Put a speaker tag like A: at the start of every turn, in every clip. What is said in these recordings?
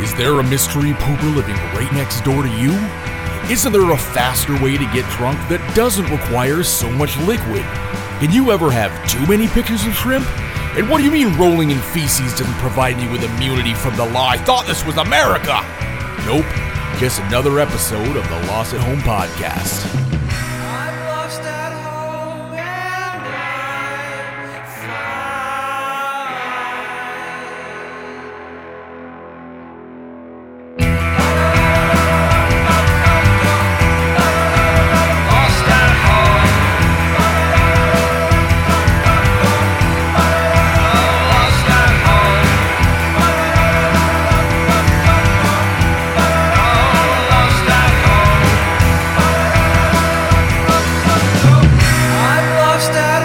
A: Is there a mystery pooper living right next door to you? Isn't there a faster way to get drunk that doesn't require so much liquid? Did you ever have too many pictures of shrimp? And what do you mean rolling in feces doesn't provide me with immunity from the law? I thought this was America! Nope, just another episode of the Lost at Home podcast.
B: I'm lost at home and I'm fine. Lost at home. I'm lost at home. I'm lost at home. I'm lost at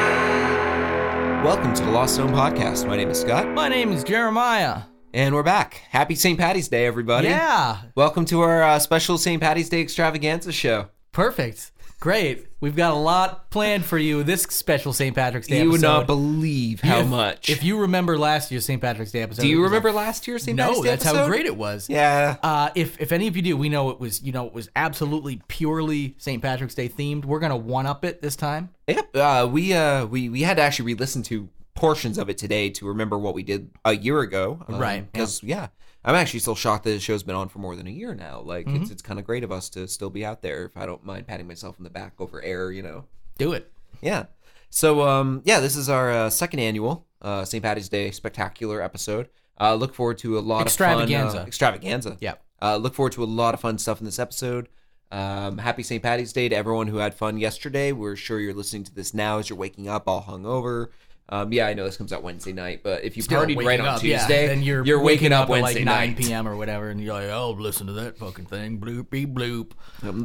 B: home and I'm fine.
C: Welcome to the Lost Zone Podcast. My name is Scott,
D: My name is Jeremiah.
C: and we're back. Happy St. Patty's Day, everybody.
D: Yeah,
C: Welcome to our uh, special St. Patty's Day extravaganza show.
D: perfect. Great. We've got a lot planned for you this special St. Patrick's Day
C: you would
D: episode.
C: not believe how
D: If-
C: much.
D: If you remember last year's St. Patrick's Day episode,
C: Do
D: it
C: you
D: was
C: remember
D: a-
C: last year's St. Patty's
D: No,
C: Day
D: that's
C: episode?
D: how great it was.
C: Yeah.
D: Uh, if if any of you do, we know it was you know it was absolutely purely St. Patrick's Day themed. We're gonna one up it this time.
C: Yep. Uh, we uh, we we had to actually re-listen to portions of it today to remember what we did a year ago. um,
D: Right, yeah.
C: Because yeah. I'm actually still shocked that the show's been on for more than a year now. Like
D: Mm-hmm.
C: it's it's kind of great of us to still be out there. If I don't mind patting myself on the back over air, you know.
D: Do it.
C: Yeah. So um yeah, this is our uh, second annual uh St. Patty's Day spectacular episode. Uh look forward to a lot of fun,
D: Extravaganza.
C: uh, extravaganza.
D: Yep.
C: Uh look forward to a lot of fun stuff in this episode. Um happy St. Patty's Day to everyone who had fun yesterday. We're sure you're listening to this now as you're waking up all hungover. Um yeah, I know this comes out Wednesday night, but if you
D: Still
C: partied
D: waking
C: right on
D: up, yeah.
C: Tuesday,
D: then you're,
C: you're waking, up,
D: at
C: Wednesday
D: like
C: night.
D: 9 p.m. or whatever, and you're like, oh, listen to that fucking thing, bloopy bloop.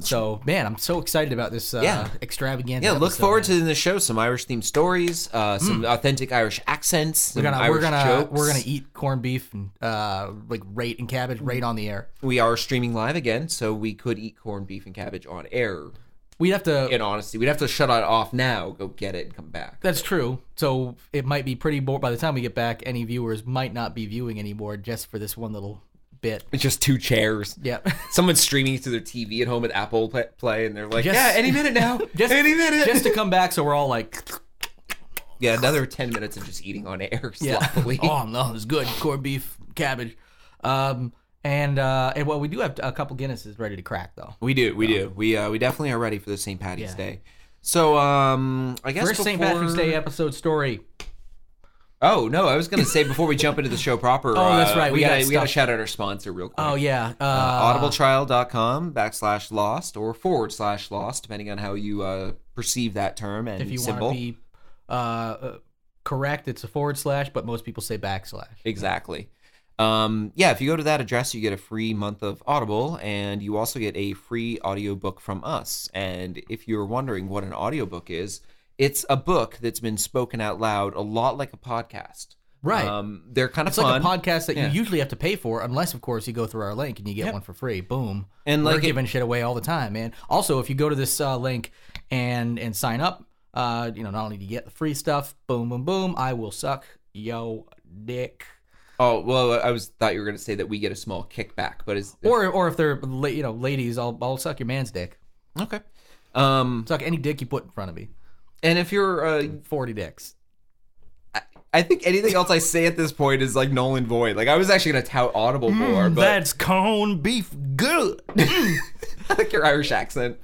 D: so man, I'm so excited about this uh,
C: Yeah.
D: extravaganza.
C: Yeah, look
D: episode,
C: forward
D: man.
C: to in the show some Irish themed stories, uh, some authentic Irish accents, some
D: We're gonna
C: Irish
D: we're gonna
C: jokes.
D: we're gonna eat corned beef and uh like rate and cabbage right on the air.
C: we are streaming live again, so we could eat corned beef and cabbage on air.
D: We'd have to.
C: In honesty, we'd have to shut it off now, go get it, and come back.
D: that's true. So it might be pretty bored by the time we get back. Any viewers might not be viewing anymore just for this one little bit.
C: It's just two chairs.
D: Yeah.
C: Someone's streaming through their TV at home at Apple Pla- Play, and they're like,
D: Just-
C: "Yeah, any minute now,
D: Just,
C: any minute."
D: just to come back, so we're all like,
C: yeah, another ten minutes of just eating on air
D: yeah,
C: sloppily.
D: oh no, it's good corned beef, cabbage, um, and uh, and well, we do have a couple Guinnesses ready to crack though.
C: We do, we do, we uh, we definitely are ready for the St. Patty's
D: Um, Yeah.
C: Day. So, um, I guess
D: First St.
C: before-
D: Patrick's Day episode story.
C: Oh no, I was gonna say before we jump into the show proper.
D: Oh, that's
C: uh,
D: right,
C: We,
D: we got
C: gotta we gotta
D: stuff.
C: shout out our sponsor real quick.
D: Oh yeah, uh,
C: audibletrial.com backslash lost or forward slash lost depending on how you uh, perceive that term and
D: if you want
C: symbol
D: to be uh, uh, correct, it's a forward slash, but most people say backslash.
C: exactly um, yeah if you go to that address you get a free month of audible and you also get a free audiobook from us and if you're wondering what an audiobook is it's a book that's been spoken out loud a lot like a podcast
D: Right.
C: um, they're kind of
D: it's
C: fun
D: like a podcast that
C: Yeah.
D: you usually have to pay for, unless of course you go through our link and you get one for free. Boom.
C: And,
D: we're
C: like, it-
D: giving shit away all the time, man. Also, if you go to this uh, link and and sign up, uh, you know, not only do you get the free stuff, boom, boom, boom, I will suck yo dick.
C: oh well i was thought you were going to say that we get a small kickback but is
D: Or or if they're la- you know ladies, I'll I'll suck your man's dick.
C: okay um,
D: Suck any dick you put in front of me.
C: and if you're uh,
D: Forty dicks.
C: I think anything else I say at this point is like null and void. Like I was actually gonna tout
D: Hmm,
C: Audible more, but
D: corned beef good.
C: I like your Irish accent.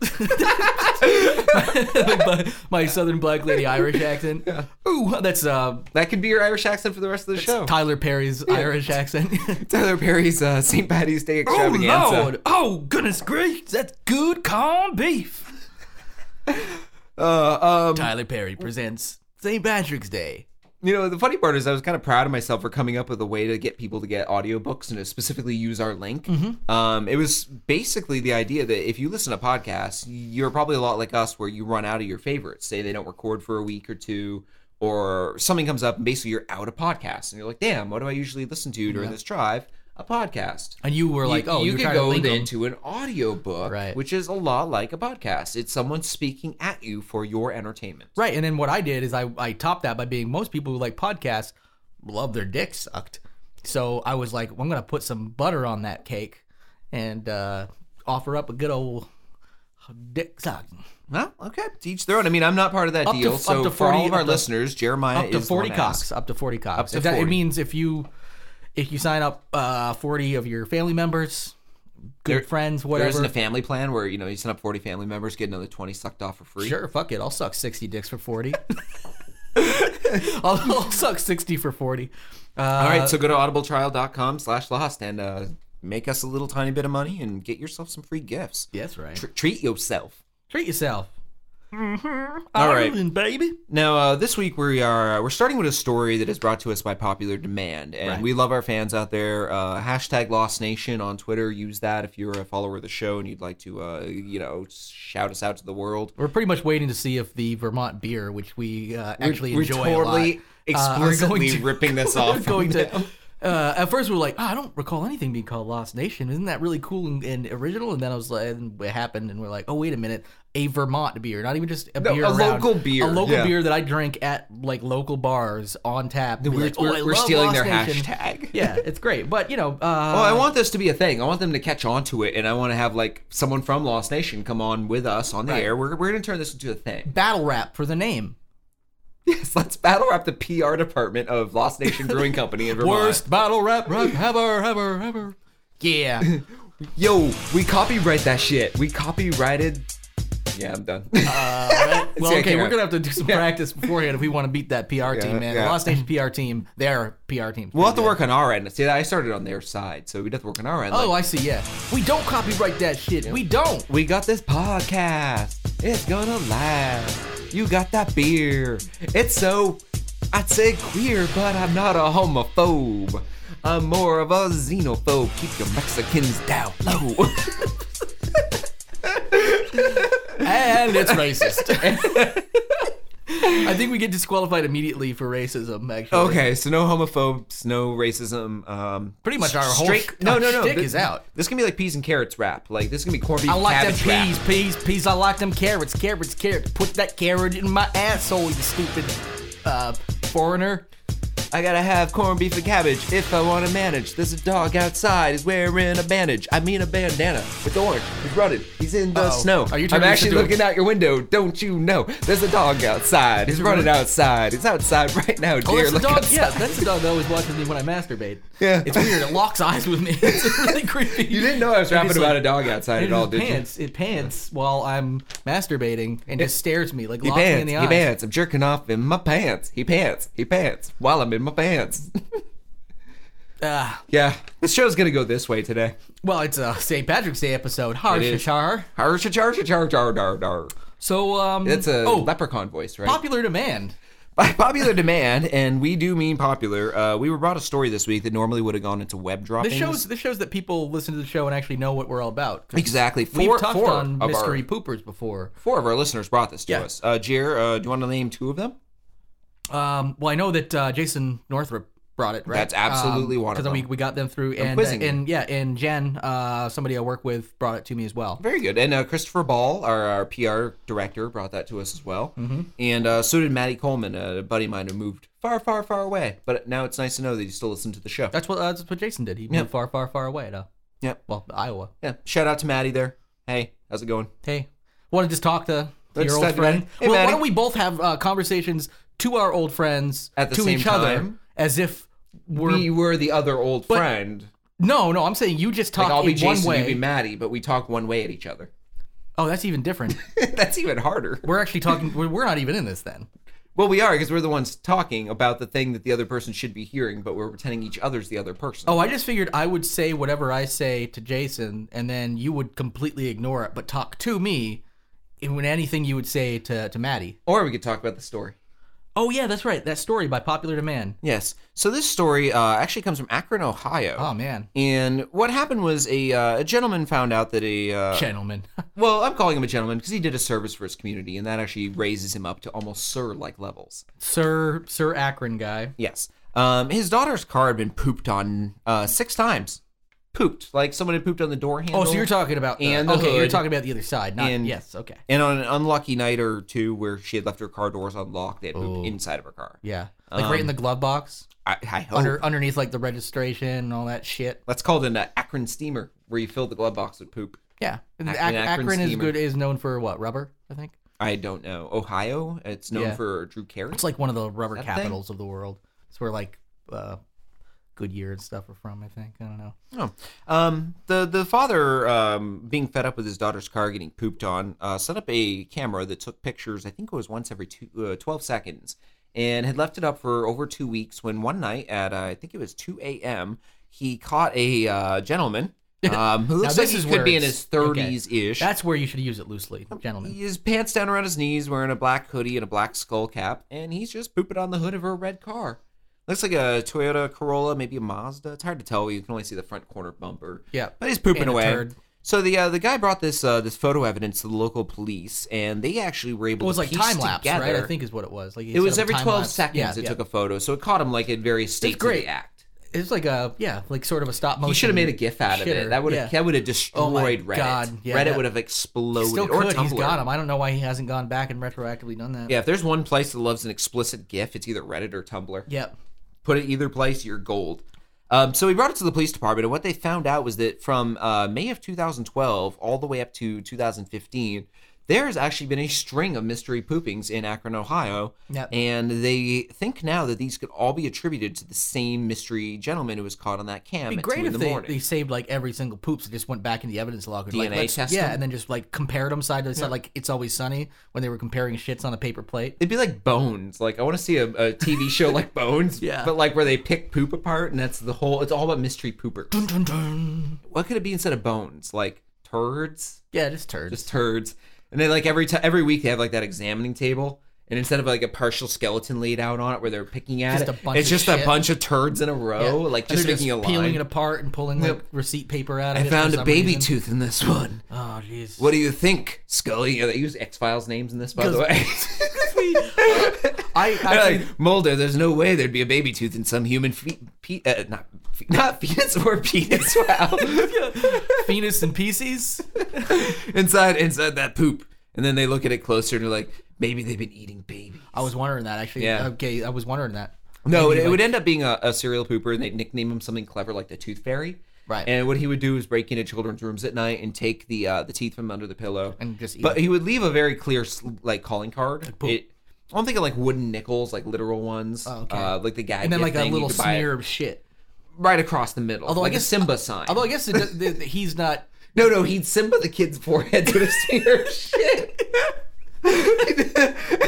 D: my, my southern black lady Irish accent. Ooh, that's uh,
C: That could be your Irish accent for the rest of the show.
D: Tyler Perry's Irish accent.
C: Tyler Perry's uh, St. Patty's Day extravaganza.
D: Oh goodness gracious! That's good corned beef.
C: Uh, um,
D: Tyler Perry presents St. Patrick's Day.
C: you know, the funny part is I was kind of proud of myself for coming up with a way to get people to get audiobooks and to specifically use our link. Um, it was basically the idea that if you listen to podcasts, you're probably a lot like us where you run out of your favorites. Say they don't record for a week or two or something comes up and basically you're out of podcasts and you're like, damn, what do I usually listen to during this drive? a podcast.
D: And you were like,
C: you,
D: oh,
C: you
D: you're
C: could
D: trying to
C: go
D: link them.
C: into an audiobook,
D: Right.
C: which is a lot like a podcast. It's someone speaking at you for your entertainment.
D: Right. And then what I did is I, I topped that by being most people who like podcasts love their dick sucked. So I was like, well, I'm going to put some butter on that cake and uh, offer up a good old dick suck.
C: Well, okay. To each their own. I mean, I'm not part of that
D: Up to-
C: deal.
D: up
C: so
D: to
C: for all
D: 40
C: of our
D: up to-
C: listeners, Jeremiah
D: Up to
C: is the
D: 40
C: one asked.
D: cocks. Up to 40 cocks.
C: to
D: If that-
C: 40.
D: It means if you if you sign up uh, 40 of your family members, good
C: There-
D: friends,
C: There
D: whatever.
C: isn't a family plan where you know you send up 40 family members, get another 20 sucked off for free.
D: Sure, fuck it. I'll suck 60 dicks for 40. I'll, I'll suck 60 for 40. Uh,
C: All right, so go to audibletrial.com/lost and uh, make us a little tiny bit of money and get yourself some free gifts.
D: Yes, right.
C: Tr- treat yourself.
D: Treat yourself.
C: All right.
D: Ireland, baby.
C: Now, uh, this week we are uh, we're starting with a story that is brought to us by popular demand, and
D: Right.
C: we love our fans out there. Uh, hashtag Lost Nation on Twitter. Use that if you're a follower of the show and you'd like to, uh, you know, shout us out to the world.
D: We're pretty much waiting to see if the Vermont beer, which we uh, actually
C: we're
D: enjoy
C: totally
D: a lot, uh, are
C: explicitly ripping this off
D: are going to. Uh, at first, we were like, oh, I don't recall anything being called Lost Nation. Isn't that really cool and, and original? And then I was like, and it happened, and we're like, oh, wait a minute, a Vermont beer, not even just a
C: No,
D: beer,
C: a
D: around-
C: local beer,
D: a local
C: yeah.
D: beer that I drink at like local bars on tap. Be
C: We're,
D: like, "Oh, I
C: we're, we're
D: love
C: stealing
D: Lost
C: their
D: Nation."
C: hashtag.
D: Yeah, it's great, but you know, uh,
C: Oh, I want this to be a thing. I want them to catch on to it, and I want to have like someone from Lost Nation come on with us on the
D: Right.
C: air. We're, we're going to turn this into a thing.
D: battle rap for the name.
C: Yes, let's battle rap the PR department of Lost Nation Brewing Company in Vermont.
D: Worst battle rap rap ever, ever, ever. Yeah.
C: Yo, we copyright that shit. We copyrighted. Yeah, I'm done.
D: Uh, Well,
C: See, I
D: okay,
C: can't-
D: we're gonna have to do some practice beforehand if we want to beat that PR team, man.
C: yeah.
D: The Lost Nation PR team, their PR team.
C: we'll have to work on our end. See, I started on their side, so we'd have to work on our end.
D: Oh,
C: like,
D: I see. Yeah, we don't copyright that shit. We don't.
C: we got this podcast. It's gonna last. You got that beer. It's so. I'd say queer, but I'm not a homophobe. I'm more of a xenophobe. Keep your Mexicans down low.
D: And it's racist. I think we get disqualified immediately for racism. Actually,
C: Okay, so no homophobes, no racism. Um,
D: Pretty much our whole
C: straight-
D: sh-
C: no,
D: our
C: no, no.
D: shtick
C: This-
D: is out.
C: This can be like peas and carrots wrap. Like this can be corned beef.
D: I like them
C: cabbage wrap.
D: peas, peas, peas. I like them carrots, carrots, carrots. Put that carrot in my asshole, you stupid uh, foreigner.
C: I gotta have corned beef and cabbage if I wanna manage. There's a dog outside, he's wearing a bandage. I mean a bandana with orange. He's running, he's in the
D: Uh-oh.
C: snow.
D: Are you
C: I'm
D: turning this
C: actually
D: into a-
C: looking out your window, don't you know? There's a dog outside, he's running
D: running-
C: outside. He's outside right now, dear.
D: Oh, that's the
C: Look
D: dog.
C: outside.
D: Yeah, that's the dog that always watches me when I masturbate.
C: Yeah.
D: it's weird. It locks eyes with me. It's really creepy.
C: You didn't know I was
D: It
C: rapping
D: just,
C: about
D: like,
C: a dog outside
D: It
C: at all,
D: just
C: did you?
D: pants, It pants while I'm masturbating and just stares me like
C: He
D: locks me
C: pants,
D: in the
C: he
D: eyes.
C: pants. I'm jerking off in my pants. He pants, he pants, while I'm in my pants.
D: Ah,
C: yeah, this show's gonna go this way today.
D: well, it's a St. Patrick's Day episode. Har
C: It is.
D: shashar.
C: Har, shar, shar, shar, shar, dar, dar.
D: So um,
C: That's a
D: oh,
C: leprechaun voice, right?
D: popular demand.
C: By popular demand, and we do mean popular, uh, we were brought a story this week that normally would have gone into web droppings.
D: This shows this shows that people listen to the show and actually know what we're all about. 'Cause
C: exactly 4
D: We've touched
C: four
D: on
C: of
D: mystery
C: Our,
D: poopers before.
C: four of our listeners brought this to
D: Yeah.
C: us. Uh, Jer, uh, do you want to name two of them?
D: Um, well, I know that uh, Jason Northrup brought it, right?
C: That's absolutely one of
D: Because we,
C: them.
D: we got them through, and
C: quizzing
D: uh, and yeah, and Jen, uh, somebody I work with, brought it to me as well.
C: Very good. And uh, Christopher Ball, our, our PR director, brought that to us as well. And uh, so did Maddie Coleman, a buddy of mine who moved far, far, far away. But now it's nice to know that you still listen to the show.
D: That's what uh, that's what Jason did. He
C: Yeah.
D: moved far, far, far away to
C: Yep.
D: well Iowa.
C: Yeah. Shout out to Maddie there. Hey, how's it going?
D: Hey, want to just talk to, to
C: Let's
D: your
C: talk
D: old
C: to
D: friend?
C: Maddie. Hey,
D: well,
C: Maddie.
D: why don't we both have uh, conversations to our old friends
C: At the
D: to
C: same
D: each other
C: time?
D: as if we're
C: we were the other old friend.
D: no, no. I'm saying you just talk
C: Like I'll be
D: in one
C: Jason, you
D: way.
C: be Maddie, but we talk one way at each other.
D: oh, that's even different.
C: That's even harder.
D: we're actually talking. We're, we're not even in this then.
C: Well, we are because we're the ones talking about the thing that the other person should be hearing, but we're pretending each other's the other person.
D: Oh, I just figured I would say whatever I say to Jason, and then you would completely ignore it, but talk to me in when anything you would say to, to Maddie.
C: Or we could talk about the story.
D: Oh, yeah, that's right. That story by popular demand.
C: Yes. So this story uh, actually comes from Akron, Ohio.
D: Oh, man.
C: And what happened was a, uh, a gentleman found out that a uh,
D: Gentlemen.
C: well, I'm calling him a gentleman because he did a service for his community, and that actually raises him up to almost sir-like levels.
D: Sir, Sir Akron guy.
C: Yes. Um, his daughter's car had been pooped on uh, six times pooped. Like someone had pooped on the door handle.
D: Oh, so you're talking about the,
C: and the
D: okay, you're
C: hood.
D: talking about the other side, not
C: And-
D: yes, okay,
C: And on an unlucky night or two where she had left her car doors unlocked, they had
D: Oh.
C: pooped inside of her car.
D: yeah, like right
C: Um,
D: in the glove box
C: I, I hope.
D: under underneath like the registration and all that shit.
C: That's called an uh, Akron steamer where you fill the glove box with poop.
D: Yeah, and
C: Ac-
D: Ac-
C: an Akron
D: Akron, is
C: steamer.
D: good is known for what rubber, I think.
C: I don't know. Ohio, it's known
D: Yeah.
C: for Drew Carey.
D: It's like one of the rubber
C: That thing?
D: capitals of the world. It's where like uh, Goodyear and stuff are from, I think. I don't know.
C: Oh. Um, the the father, um, being fed up with his daughter's car getting pooped on, uh, set up a camera that took pictures. I think it was once every two, uh, 12 seconds, and had left it up for over two weeks. When one night at uh, I think it was two a.m., he caught a uh, gentleman um, who looks
D: Now,
C: like
D: this
C: he
D: is
C: could
D: where
C: be in
D: it's-
C: his thirties ish.
D: That's where you should use it loosely, gentlemen.
C: His pants down around his knees, wearing a black hoodie and a black skull cap, and he's just pooping on the hood of her red car. Looks like a Toyota Corolla, maybe a Mazda. It's hard to tell. You can only see the front corner bumper.
D: Yeah.
C: but he's pooping
D: And a
C: away.
D: turd.
C: So the uh, the guy brought this uh, this photo evidence to the local police, and they actually were able
D: It was
C: to
D: like
C: piece
D: time lapse,
C: together.
D: right? I think is what it was. Like
C: it was every twelve seconds. it took a photo, so it caught him like at various states of
D: great. Oh,
C: the act.
D: It's like a yeah, like sort of a stop motion.
C: He should have made a GIF out of it.
D: shitter.
C: That would have
D: Yeah.
C: that would have destroyed Reddit.
D: Oh God, yeah,
C: Reddit
D: that-
C: would have exploded.
D: Still
C: or
D: could. He's
C: Tumblr.
D: got him. I don't know why he hasn't gone back and retroactively done that.
C: Yeah, if there's one place that loves an explicit GIF, it's either Reddit or Tumblr.
D: Yep.
C: Put it either place, you're gold. Um, so he brought it to the police department, and what they found out was that from uh, May of 2012 all the way up to 2015, there has actually been a string of mystery poopings in Akron, Ohio.
D: Yep.
C: And they think now that these could all be attributed to the same mystery gentleman who was caught on that cam
D: It'd be
C: at 2
D: great
C: in
D: if
C: the
D: they,
C: morning.
D: they saved like every single poops and just went back in the evidence locker. like,
C: DNA
D: let's-
C: test
D: Yeah,
C: them?
D: and then just like compared them side to side, like it's always sunny when they were comparing shits on a paper plate.
C: It'd be like Bones. Like I want to see a, a TV show like Bones,
D: Yeah.
C: but like where they pick poop apart, and that's the whole. It's all about mystery poopers.
D: Dun, dun, dun.
C: what could it be instead of bones? Like turds,
D: Yeah, just turds.
C: just turds. And then like every time, every week they have like that examining table, and instead of like a partial skeleton laid out on it where they're picking at
D: Just
C: it,
D: a bunch
C: it's
D: of
C: just a
D: shit.
C: bunch of turds in a
D: Yeah.
C: row, like
D: And
C: just
D: they're
C: making a
D: peeling
C: line.
D: it apart and pulling like
C: Yep.
D: receipt paper out of
C: I
D: it.
C: found
D: for
C: a
D: some
C: baby
D: reason.
C: tooth in this one.
D: Oh jeez.
C: What do you think, Scully? Yeah, they use X Files names in this, by the way.
D: I
C: They're
D: actually,
C: like, Mulder, there's no way there'd be a baby tooth in some human feet, pe- uh, not fe- not penis or penis. Wow.
D: penis and pieces.
C: inside inside that poop. And then they look at it closer and they're like, maybe they've been eating babies.
D: I was wondering that actually.
C: Yeah.
D: Okay, I was wondering that.
C: No, it,
D: Maybe,
C: it would
D: like-
C: end up being a, a serial pooper, and they'd nickname him something clever like the Tooth Fairy.
D: Right.
C: And what he would do is break into children's rooms at night and take the uh, the teeth from under the pillow
D: And just eat
C: But
D: them.
C: he would leave a very clear sl- like calling card.
D: poop.
C: It- I'm thinking like wooden nickels, like literal ones,
D: Oh, okay.
C: uh, like the guy,
D: and then like a
C: thing, you
D: little
C: could buy it
D: smear of shit.
C: right across the middle.
D: Although I
C: like a
D: guess-
C: Simba sign.
D: Although I guess it, does- the, the, he's not.
C: No, no, he'd Simba the kid's forehead with a smear of shit.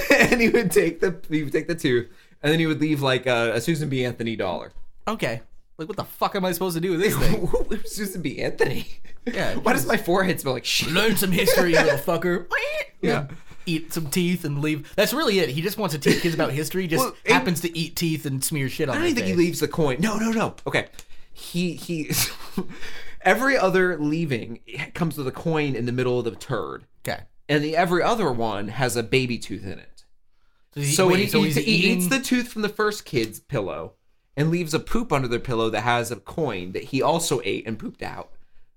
C: and he would take the he would take the tooth, and then he would leave like uh, a, a Susan B. Anthony dollar.
D: Okay. Like what the fuck am I supposed to do with this thing?
C: Who- Susan B. Anthony.
D: Yeah,
C: Why does my forehead smell like shit?
D: Learn some history, you little fucker.
C: Yeah.
D: Eat some teeth and leave. That's really it. He just wants to teach kids about history. Just
C: Well, and-
D: happens to eat teeth and smear shit on.
C: I don't even think he leaves the coin. No, no, no. Okay. He he. every other leaving comes with a coin in the middle of the turd,
D: Okay.
C: and the every other one has a baby tooth in it.
D: So, he,
C: So
D: wait,
C: he,
D: so
C: he,
D: he's
C: he
D: eating,
C: eats the tooth from the first kid's pillow and leaves a poop under their pillow that has a coin that he also ate and pooped out.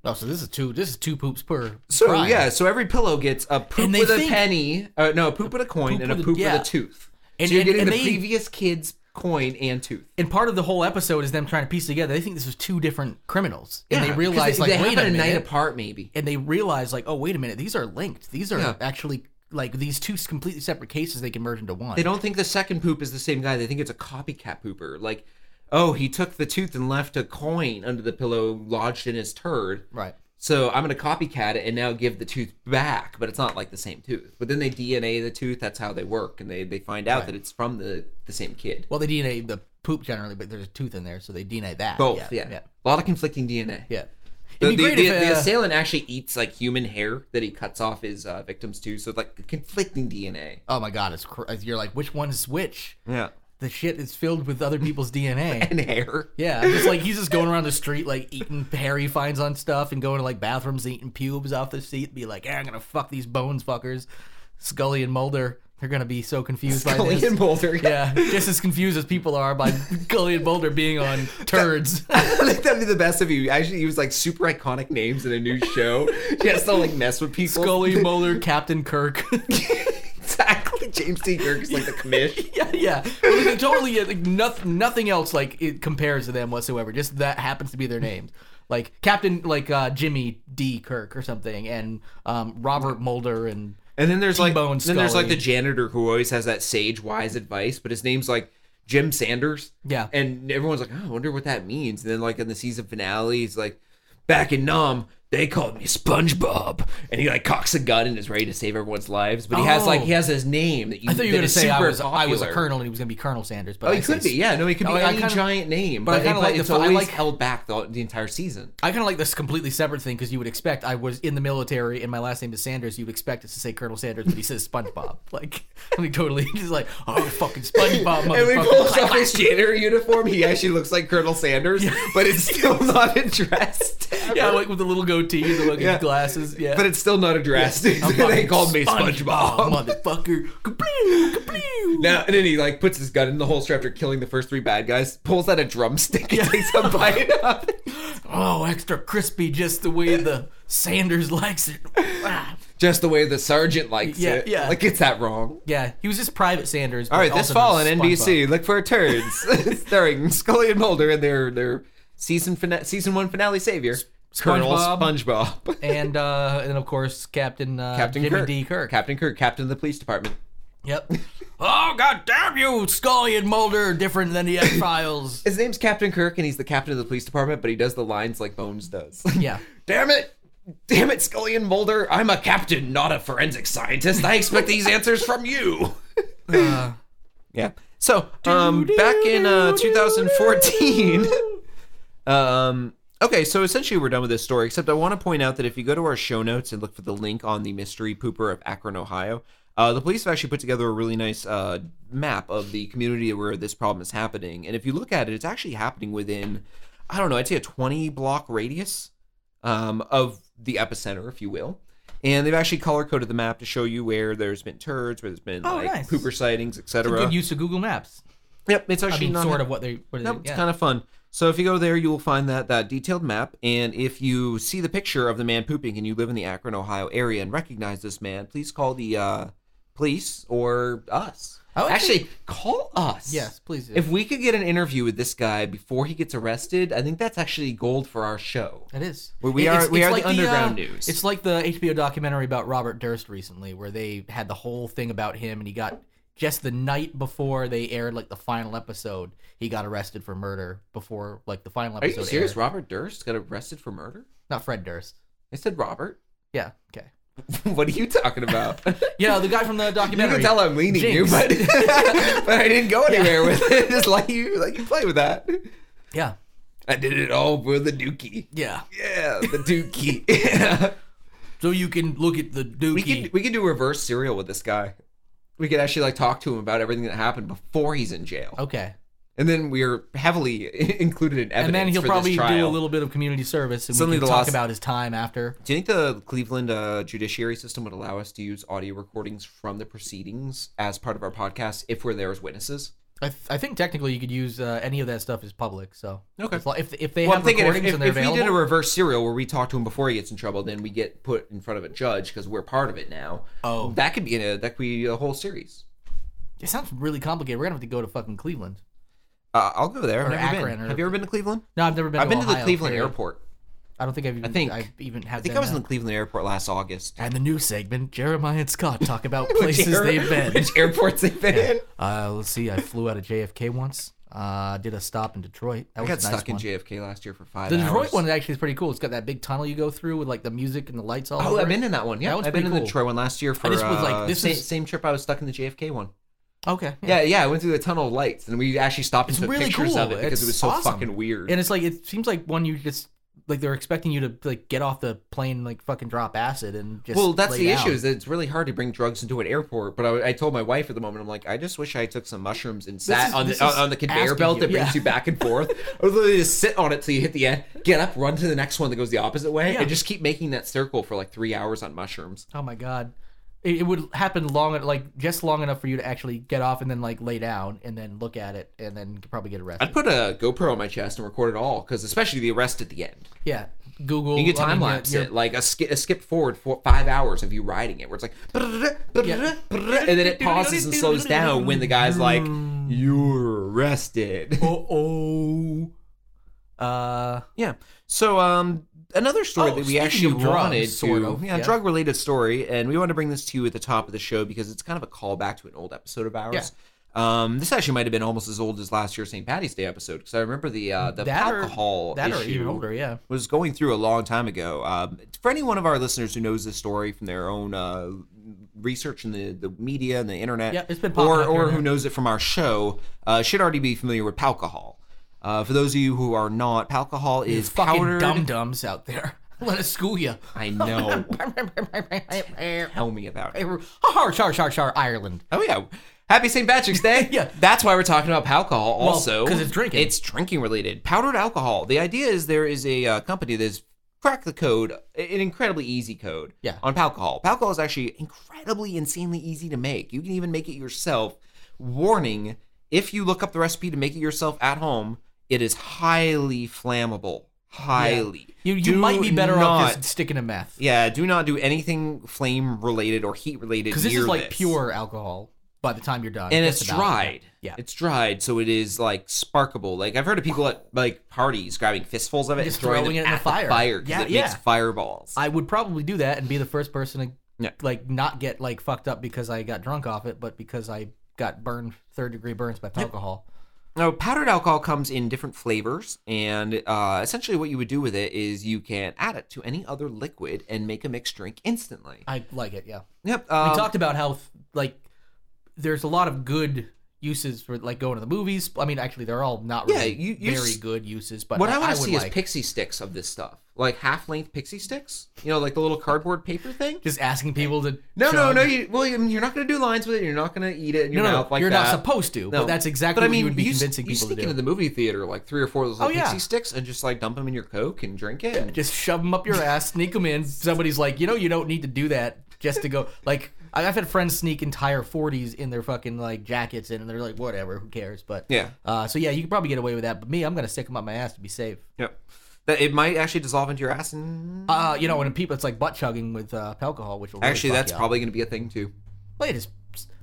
D: Oh, so this is two. This is two poops per.
C: So
D: fry.
C: yeah, so every pillow gets a poop
D: And they
C: with a
D: think-
C: penny, uh, no, a poop with a coin,
D: Poop
C: and a
D: with a-
C: poop
D: yeah.
C: with a tooth.
D: And-
C: so you're
D: and-
C: getting
D: and
C: the
D: they-
C: previous kid's coin and tooth.
D: And part of the whole episode is them trying to piece together. They think this is two different criminals, and they
C: 'cause
D: realize
C: they,
D: like,
C: they
D: wait
C: happen
D: a minute,
C: night apart, maybe.
D: and they realize like, oh, wait a minute, these are linked. These are
C: Yeah.
D: actually like these two completely separate cases. They can merge into one.
C: They don't think the second poop is the same guy. They think it's a copycat pooper. Like, oh, he took the tooth and left a coin under the pillow, lodged in his turd.
D: Right.
C: So I'm gonna copycat it and now give the tooth back, but it's not like the same tooth. But then they DNA the tooth. That's how they work, and they they find out that it's from the the same kid.
D: Well, they DNA the poop generally, but there's a tooth in there, so they DNA that.
C: Both, yeah, A lot of conflicting DNA.
D: yeah.
C: The,
D: It'd be
C: the,
D: great
C: the-
D: if,
C: the
D: uh,
C: assailant actually eats like human hair that he cuts off his uh, victims too. So it's like conflicting DNA.
D: oh my god, it's cr- you're like, which one's which?
C: Yeah.
D: The shit is filled with other people's DNA.
C: And hair.
D: Yeah, just like he's just going around the street, like eating hair he finds on stuff, and going to like bathrooms, eating pubes off the seat, be like, hey, I'm gonna fuck these bones fuckers, Scully and Mulder. They're gonna be so confused by
C: Scully
D: this.
C: and Mulder.
D: Yeah, just as confused as people are by Gully and Boulder being on turds.
C: I think that'd be the best if you actually used like super iconic names in a new show just to like mess with people.
D: Scully, Mulder, Captain Kirk.
C: exactly. James T. Kirk is like the commish.
D: yeah, yeah. Well, they- they totally. yeah, Like nothing, nothing else like it compares to them whatsoever. Just that happens to be their names. Like Captain, like uh, Jimmy D. Kirk or something, and um, Robert Mulder, and
C: And then there's like
D: T-Bone
C: then there's like
D: Scully.
C: the janitor who always has that sage wise advice, but his name's like Jim Sanders.
D: Yeah.
C: And everyone's like, oh, I wonder what that means. And then like in the season finale, he's like, back in Nam, they called me SpongeBob, and he like cocks a gun and is ready to save everyone's lives. But he has like
D: Oh.
C: he has his name that you.
D: I thought you were
C: that
D: gonna
C: is
D: say I
C: super
D: was I was a
C: popular.
D: colonel and he was gonna be Colonel Sanders, but
C: Oh,
D: I
C: he could
D: say-
C: be. Yeah, no, he could
D: No,
C: be
D: I- I
C: any
D: kinda-
C: giant name.
D: but I
C: But,
D: kinda
C: it-
D: like the
C: it's
D: fa- I
C: always
D: like-
C: held back the, the entire season.
D: I kind of like this completely separate thing because you would expect I was in the military and my last name is Sanders. You'd expect it to say Colonel Sanders, but he says SpongeBob. Like, I mean, totally. He's like, oh, fucking SpongeBob,
C: And when he pulls
D: motherfucker.
C: off his janitor uniform, he actually looks like Colonel Sanders, but it's still not addressed.
D: yeah, like with the little goatee and the fucking
C: Yeah.
D: glasses. Yeah.
C: but it's still not addressed. they
D: Fucking
C: called me SpongeBob.
D: motherfucker. Kabloom, kabloom.
C: Now, and then he like puts his gun in the holster after killing the first three bad guys, pulls out a drumstick, and takes a bite of it.
D: Oh, extra crispy, just the way the Sanders likes it. Ah.
C: Just the way the sergeant likes
D: Yeah,
C: it.
D: yeah.
C: Like, it's that wrong.
D: Yeah, he was just Private Sanders.
C: All right, this fall on NBC, look for turds starring Scully and Mulder and their their season fina- season one finale savior, Colonel
D: SpongeBob.
C: SpongeBob,
D: And uh, and of course Captain uh,
C: Captain
D: Jimmy
C: Kirk,
D: D. Kirk.
C: Captain Kirk, Captain of the Police Department.
D: Yep. oh god damn you, Scully and Mulder are different than the X Files.
C: His name's Captain Kirk, and he's the captain of the police department, but he does the lines like Bones does.
D: Yeah.
C: Damn it! Damn it, Scully and Mulder! I'm a captain, not a forensic scientist. I expect these answers from you.
D: Uh,
C: Yeah. So, um, back in uh, 2014. um, okay, so essentially we're done with this story, except I want to point out that if you go to our show notes and look for the link on the mystery pooper of Akron, Ohio, uh, the police have actually put together a really nice uh, map of the community where this problem is happening. And if you look at it, it's actually happening within, I don't know, I'd say a 20 block radius um, of the epicenter, if you will. And they've actually color coded the map to show you where there's been turds, where there's been
D: Oh,
C: like
D: nice.
C: pooper sightings, etc.
D: good use of Google Maps.
C: Yep, it's
D: I
C: actually
D: mean,
C: not
D: sort of what they. What
C: Nope,
D: they,
C: it's
D: yeah.
C: kind of fun. So if you go there, you will find that that detailed map, and if you see the picture of the man pooping, and you live in the Akron, Ohio area, and recognize this man, please call the uh, police or us.
D: I would
C: actually call us.
D: Oh, Yes, please do.
C: If we could get an interview with this guy before he gets arrested, I think that's actually gold for our show.
D: It is.
C: Where we
D: It-
C: are-
D: it's-
C: we
D: it's
C: are the
D: like
C: underground
D: uh,
C: news.
D: It's like the HBO documentary about Robert Durst recently, where they had the whole thing about him, and he got just the night before they aired like the final episode, he got arrested for murder before like the final
C: Are
D: episode.
C: you serious?
D: aired.
C: Robert Durst got arrested for murder?
D: Not Fred Durst.
C: I said Robert.
D: Yeah. Okay.
C: what are you talking about?
D: Yeah, the guy from the
C: You
D: documentary.
C: can tell I'm leaning you,
D: Jinx.
C: but but I didn't go anywhere with it. Just like you, like you play with that.
D: Yeah.
C: I did it all for the Dookie.
D: Yeah.
C: Yeah, the Dookie. Yeah.
D: So you can look at the dookie.
C: We can we can do reverse serial with this guy. We could actually like talk to him about everything that happened before he's in jail,
D: okay.
C: and then we're heavily included in evidence.
D: And then he'll
C: for
D: probably
C: this trial.
D: do a little bit of community service, and
C: Suddenly
D: we can
C: the
D: talk
C: last-
D: about his time after.
C: Do you think the Cleveland uh, judiciary system would allow us to use audio recordings from the proceedings as part of our podcast if we're there as witnesses?
D: I, th- I think technically you could use uh, any of that stuff as public. So
C: Okay.
D: As lo- if if they
C: Well, I'm
D: have
C: thinking if,
D: recordings
C: if-
D: and they're
C: if we
D: available,
C: did a reverse serial where we talk to him before he gets in trouble, then we get put in front of a judge because we're part of it now.
D: Oh.
C: that could be in a, that could be a whole series.
D: it sounds really complicated. We're gonna have to go to fucking Cleveland.
C: Uh, I'll go there. I've
D: Or
C: never been.
D: Akron or-
C: Have you ever been to Cleveland?
D: No, I've never been.
C: I've
D: to
C: been to the
D: Ohio,
C: Cleveland
D: period.
C: airport.
D: I don't think I've even. I
C: think-
D: have even had.
C: I think I was in the Cleveland airport last August.
D: And the new segment, Jeremiah and Scott talk about places
C: Which air-
D: they've been.
C: Which airports they've been in?
D: Uh, let's see. I flew out of JFK once. Uh, did a stop in Detroit. That
C: I
D: was
C: got
D: a nice
C: stuck in
D: one.
C: JFK last year for five
D: The
C: hours.
D: Detroit one actually is pretty cool. It's got that big tunnel you go through with like the music and the lights all
C: Oh,
D: over.
C: I've
D: it.
C: been in that one. Yeah,
D: That was
C: I've been
D: pretty
C: in the
D: cool.
C: Detroit one last year for
D: just was like,
C: uh,
D: this
C: same,
D: is-
C: same trip I was stuck in the JFK one.
D: Okay. yeah.
C: Yeah, yeah, I went through the tunnel of lights and we actually stopped and
D: It's
C: took
D: really
C: pictures
D: cool
C: of it because
D: It's
C: it was so
D: awesome.
C: fucking weird.
D: And it's like it seems like one you just like they're expecting you to like get off the plane and, like fucking drop acid and just
C: Well, that's
D: lay
C: the
D: down.
C: issue is that it's really hard to bring drugs into an airport. But I, I told my wife at the moment, I'm like, I just wish I took some mushrooms and sat
D: is-
C: on,
D: this
C: the,
D: is
C: on the conveyor
D: asking
C: belt
D: you.
C: that brings
D: Yeah.
C: you back and forth. I would literally just sit on it till you hit the end, get up, run to the next one that goes the opposite way,
D: Yeah.
C: and just keep making that circle for like three hours on mushrooms.
D: Oh my god. it, it would happen long, like just long enough for you to actually get off and then like lay down and then look at it and then probably get arrested.
C: I'd put a GoPro on my chest and record it all, because especially the arrest at the end.
D: yeah, Google.
C: You can
D: I mean,
C: time lapse
D: your-
C: it, like a, sk- a skip forward for five hours of you riding it, where it's like, and then it pauses and slows down when the guy's like, "You're arrested."
D: oh. Uh,
C: Yeah. So um another story
D: Oh,
C: that we
D: speaking
C: actually
D: of drugs,
C: wanted
D: sort
C: to
D: of,
C: yeah,
D: yeah.
C: drug related story and we want to bring this to you at the top of the show because it's kind of a callback to an old episode of ours.
D: Yeah.
C: Um, this actually might have been almost as old as last year's St. Patty's Day episode because I remember the uh, the
D: Mm, that or-
C: alcohol
D: that
C: issue
D: or even older, yeah.
C: was going through a long time ago. Um, for any one of our listeners who knows this story from their own uh, research in the, the media and the internet,
D: Yeah, it's been popping
C: or,
D: up here
C: or
D: and
C: who
D: there.
C: knows it from our show, uh, should already be familiar with palcohol. Uh, for those of you who are not, palcohol is
D: Fucking
C: powdered.
D: dum dums out there. Let us school you.
C: I know. Tell me about it.
D: Har, char, char, char, Ireland.
C: Oh yeah. Happy St. Patrick's Day.
D: Yeah.
C: That's why we're talking about alcohol
D: Well,
C: also.
D: 'cause it's drinking.
C: It's drinking related. Powdered alcohol. The idea is there is a uh, company that's cracked the code, an incredibly easy code
D: Yeah.
C: on alcohol. Alcohol is actually incredibly, insanely easy to make. You can even make it yourself. Warning, if you look up the recipe to make it yourself at home, it is highly flammable. Highly.
D: You, you
C: Do
D: might be better off
C: not-
D: just sticking to meth.
C: Yeah, do not do anything flame related or heat related.
D: Because this
C: near
D: is like
C: this.
D: pure alcohol by the time you're done.
C: and
D: just
C: it's
D: about.
C: dried.
D: Yeah.
C: it's dried, so it is like sparkable. Like I've heard of people at like parties grabbing fistfuls of it
D: Just
C: and throwing
D: throwing
C: them
D: it in
C: at
D: the fire.
C: fire 'cause
D: Yeah,
C: it
D: yeah.
C: makes fireballs.
D: I would probably do that and be the first person to
C: Yeah.
D: like not get like fucked up because I got drunk off it, but because I got burned third degree burns by alcohol.
C: Now, powdered alcohol comes in different flavors, and uh, essentially, what you would do with it is you can add it to any other liquid and make a mixed drink instantly.
D: I like it. Yeah,
C: Yep.
D: we
C: um,
D: talked about how like there's a lot of good uses for like going to the movies. I mean, actually, they're all not
C: Yeah,
D: really
C: you- you
D: very
C: s-
D: good uses. But
C: what I,
D: I,
C: want
D: I
C: to
D: would
C: see
D: like-
C: is pixie sticks of this stuff, like half-length pixie sticks. You know, like the little cardboard paper thing.
D: just asking people to
C: No, no,
D: chug.
C: no. You, well, you're not going to do lines with it. You're not going to eat it in
D: no,
C: your
D: no,
C: mouth like
D: you're
C: that.
D: not supposed to.
C: No.
D: But that's exactly
C: But I
D: what
C: mean,
D: you would be
C: s-
D: convincing
C: you
D: people to
C: sneak
D: do.
C: into the movie theater like three or four of those little
D: Oh, yeah.
C: pixie sticks and just like dump them in your coke and drink it. and-
D: just shove them up your ass, sneak them in. Somebody's like, you know, you don't need to do that just to go. Like, I- I've had friends sneak entire 40s in their fucking like jackets in, and they're like, whatever, who cares? But
C: Yeah.
D: uh, so yeah, you could probably get away with that. But me, I'm gonna stick them up my ass to be safe.
C: Yep. That it might actually dissolve into your ass and
D: Uh, you know, and people, it's like butt chugging with uh, alcohol, which will really
C: actually
D: fuck
C: that's
D: you
C: probably going to be a thing too.
D: Up. Wait, is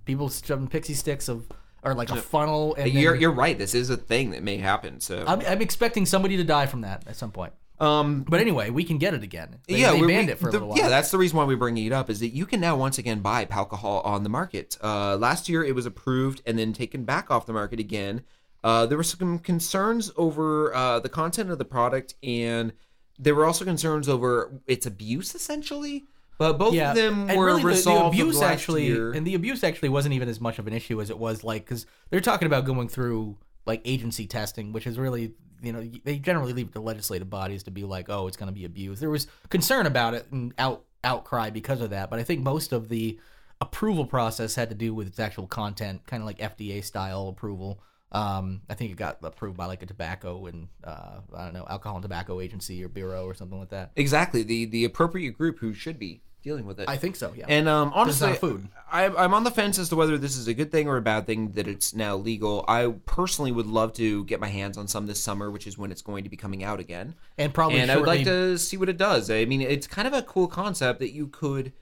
D: people shoving pixie sticks of or like a funnel? And
C: You're
D: then-
C: you're right. This is a thing that may happen. So
D: I'm, I'm expecting somebody to die from that at some point.
C: um
D: But anyway, we can get it again. They,
C: yeah,
D: they
C: we-
D: banned
C: we-
D: it for
C: the-
D: a little while.
C: Yeah, that's the reason why we bring it up is that you can now once again buy Palcohol on the market. Uh, last year, it was approved and then taken back off the market again. Uh, there were some concerns over uh, the content of the product, and there were also concerns over its abuse, essentially. But both of them
D: and
C: were
D: really the-
C: resolved.
D: The,
C: over
D: abuse
C: last
D: actually,
C: year.
D: and the abuse actually wasn't even as much of an issue as it was like because they're talking about going through like agency testing, which is really you know they generally leave it to legislative bodies to be like, oh, it's going to be abused. There was concern about it and out outcry because of that, but I think most of the approval process had to do with its actual content, kind of like FDA style approval. Um, I think it got approved by like a tobacco and uh, I don't know alcohol and tobacco agency or bureau or something like that.
C: exactly the the appropriate group who should be dealing with it.
D: I think so. Yeah.
C: And um, honestly,
D: not food.
C: I, I'm on the fence as to whether this is a good thing or a bad thing that it's now legal. I personally would love to get my hands on some this summer, which is when it's going to be coming out again.
D: And probably
C: and I would like
D: shortly-
C: to see what it does. I mean, it's kind of a cool concept that you could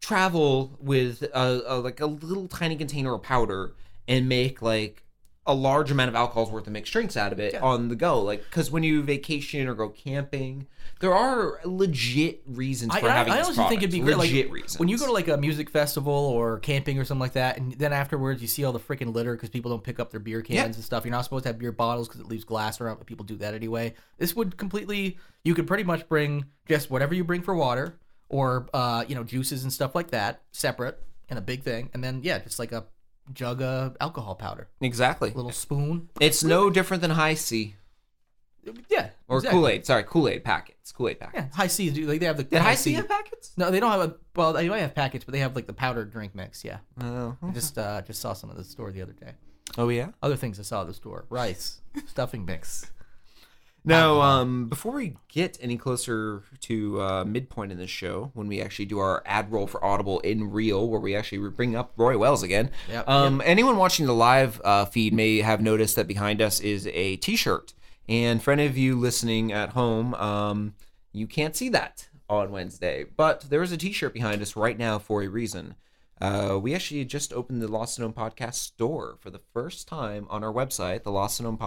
C: travel with a, a like a little tiny container of powder and make like a large amount of alcohol's worth of mixed drinks out of it on the go like because when you vacation or go camping there are legit reasons for having
D: I
C: this
D: honestly think it'd be great.
C: product.
D: Like,
C: legit reasons
D: When you go to like a music festival or camping or something like that, and then afterwards you see all the freaking litter because people don't pick up their beer cans
C: Yeah.
D: and stuff. You're not supposed to have beer bottles because it leaves glass around, but people do that anyway. This would completely. You could pretty much bring just whatever you bring for water or uh, you know juices and stuff like that separate in a big thing, and then yeah, just like a jug of alcohol powder,
C: Exactly.
D: little spoon.
C: It's no different than High C
D: Yeah,
C: or
D: exactly.
C: Kool Aid. Sorry, Kool Aid packets. Kool Aid packets.
D: Yeah, high C. do- Like they have the
C: Did High C have packets?
D: No, they don't have a. Well, they might have packets, but they have like the powdered drink mix. Yeah,
C: No.
D: I just uh, just saw some at the store the other day.
C: Oh yeah.
D: Other things I saw at the store: rice, stuffing mix.
C: Now, um, before we get any closer to uh, midpoint in this show, when we actually do our ad roll for Audible in real, where we actually bring up Roy Wells again,
D: Yep.
C: um, anyone watching the live uh, feed may have noticed that behind us is a T-shirt, and for any of you listening at home, um, you can't see that on Wednesday, but there is a T-shirt behind us right now for a reason. Uh, we actually just opened the Lost and Known podcast store for the first time on our website,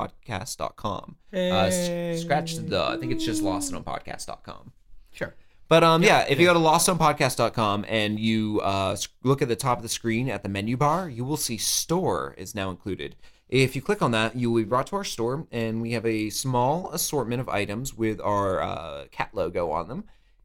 C: thelostandknownpodcast.com. Uh, s- scratch the duh. I think it's just lostandonpodcast.com.
D: Sure.
C: But um, yeah, if you go to lostandonpodcast.com and you uh, s- look at the top of the screen at the menu bar, you will see store is now included. If you click on that, you will be brought to our store, and we have a small assortment of items with our uh, cat logo on them.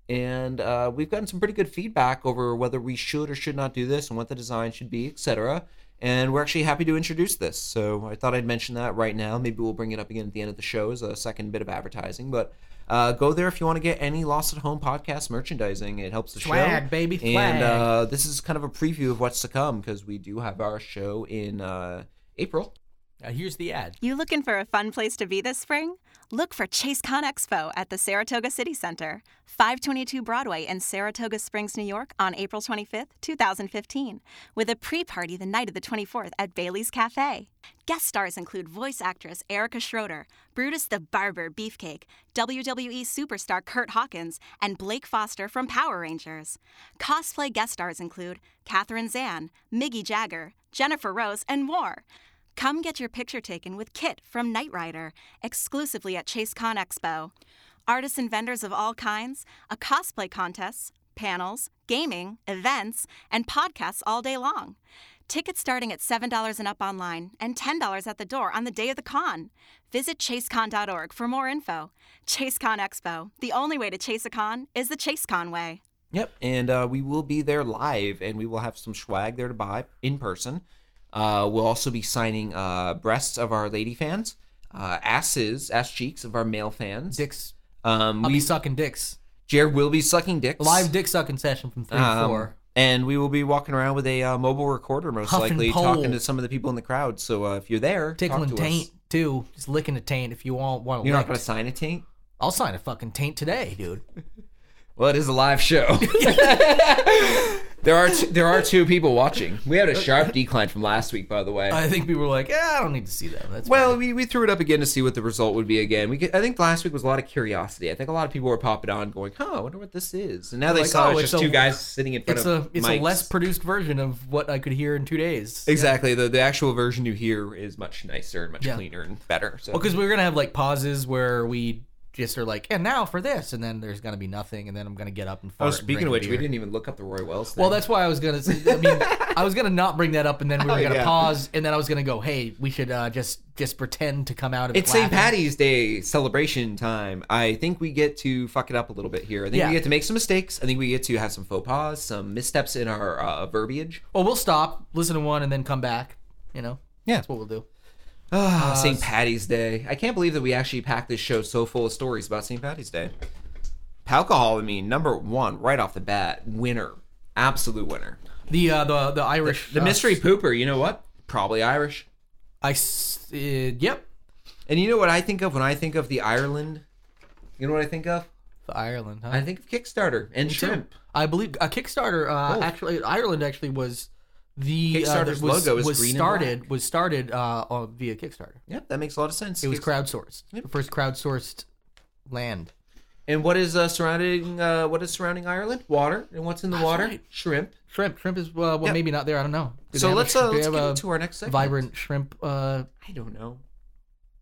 C: And uh, we've gotten some pretty good feedback over whether we should or should not do this and what the design should be, etc. And we're actually happy to introduce this. So I thought I'd mention that right now. Maybe we'll bring it up again at the end of the show as a second bit of advertising. But uh, go there if you want to get any Lost at Home podcast merchandising. It helps the show.
D: Swag, baby, swag.
C: And uh, this is kind of a preview of what's to come because we do have our show in uh, April.
D: Now, here's the ad.
E: You looking for a fun place to be this spring? Look for Chase Con Expo at the Saratoga City Center, 522 Broadway in Saratoga Springs, New York on April 25th, 2015, with a pre party the night of the 24th at Bailey's Cafe. Guest stars include voice actress Erica Schroeder, Brutus the Barber Beefcake, WWE superstar Kurt Hawkins, and Blake Foster from Power Rangers. Cosplay guest stars include Katherine Zahn, Miggy Jagger, Jennifer Rose, and more. Come get your picture taken with Kit from Knight Rider, exclusively at Chase Con Expo. Artists and vendors of all kinds, a cosplay contest, panels, gaming, events, and podcasts all day long. Tickets starting at $7 and up online and $10 at the door on the day of the con. Visit chasecon.org for more info. ChaseCon Expo, the only way to chase a con is the ChaseCon way.
C: Yep, and uh, we will be there live, and we will have some swag there to buy in person. Uh, we'll also be signing uh, breasts of our lady fans, uh, asses, ass cheeks of our male fans.
D: Dicks.
C: Um,
D: I'll be
C: we
D: sucking dicks.
C: Jared will be sucking dicks
D: Live dick sucking session from three to
C: Um,
D: four.
C: and we will be walking around with a uh, mobile recorder, most
D: Huff and
C: likely
D: pole.
C: talking to some of the people in the crowd. So uh, if you're there, talk
D: Tickling
C: to
D: taint
C: us.
D: too. Just licking a taint if you want want to.
C: You're not going to sign a taint.
D: I'll sign a fucking taint today, dude.
C: Well, it is a live show. there are t- there are two people watching. We had a sharp decline from last week, by the way.
D: I think people were like, "Yeah, I don't need to see that." That's
C: Well, we, we threw it up again to see what the result would be again. We get, I think last week was a lot of curiosity. I think a lot of people were popping on, going, "Huh, I wonder what this is." And now they
D: Like,
C: saw
D: oh,
C: it's just
D: it's a-
C: two guys sitting in
D: fine.
C: front
D: it's
C: of
D: a it's a
C: mics.
D: less produced version of what I could hear in two days.
C: exactly the the actual version you hear is much nicer and much
D: Yeah.
C: cleaner and better. So
D: Because we're gonna have like pauses where we just are like, "And now for this," and then there's gonna be nothing, and then I'm gonna get up and.
C: oh,
D: Fart and
C: speaking
D: drink
C: of
D: a
C: which, we
D: beer.
C: didn't even look up the Roy Wells. Thing.
D: Well, that's why I was gonna. say- I mean, I was gonna not bring that up, and then we were
C: Oh,
D: gonna
C: yeah.
D: pause, and then I was gonna go, "Hey, we should uh, just just pretend to come out of it."
C: it's St.
D: laughing."
C: Patty's Day celebration time. I think we get to fuck it up a little bit here. I think
D: Yeah.
C: we get to make some mistakes. I think we get to have some faux pas, some missteps in our uh, verbiage.
D: Well, we'll stop, listen to one, and then come back. You know,
C: Yeah.
D: that's what we'll do.
C: Ah, St. Patty's Day. I can't believe that we actually packed this show so full of stories about St. Patty's Day. Alcohol, I mean, number one, right off the bat, winner, absolute winner.
D: The uh, the the Irish
C: The
D: uh,
C: mystery pooper, you know what? Probably Irish.
D: I s- uh, yep,
C: And you know what I think of when I think of the Ireland? You know what I think of?
D: the Ireland. Huh?
C: I think of Kickstarter and shrimp.
D: I believe a Kickstarter. Uh, Actually, Ireland actually was the
C: Oh.
D: uh,
C: Kickstarter's
D: was,
C: logo is
D: was
C: green and
D: started
C: black.
D: was started uh, on, via Kickstarter.
C: Yep, that makes a lot of sense.
D: It was
C: Kicks-
D: crowdsourced, the first crowdsourced land.
C: And what is uh, surrounding? Uh, what is surrounding Ireland? Water. And what's in the water?
D: right.
C: Shrimp.
D: Shrimp, shrimp is uh, well,
C: Yeah.
D: maybe not there. I don't know. Do they
C: so
D: have a
C: let's
D: shri-
C: uh,
D: do they
C: let's
D: have
C: get
D: a
C: into our next segment.
D: vibrant shrimp. Uh,
C: I don't know.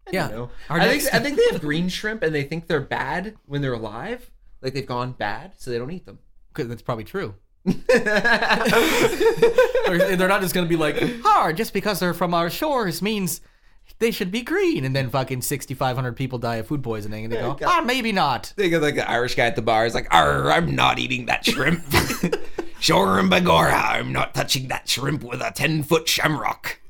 C: I
D: yeah,
C: don't know.
D: Our
C: I
D: next-
C: think I think they have green shrimp, and they think they're bad when they're alive. Like they've gone bad, so they don't eat them.
D: 'cause that's probably true. They're, they're not just gonna be like, "Hard," just because they're from our shores means they should be green. And then fucking sixty five hundred people die of food poisoning, and they go, "Ah, maybe not."
C: Think of like the Irish guy at the bar. He's like, "Arr, I'm not eating that shrimp." Sure and begorra, I'm not touching that shrimp with a ten foot shamrock.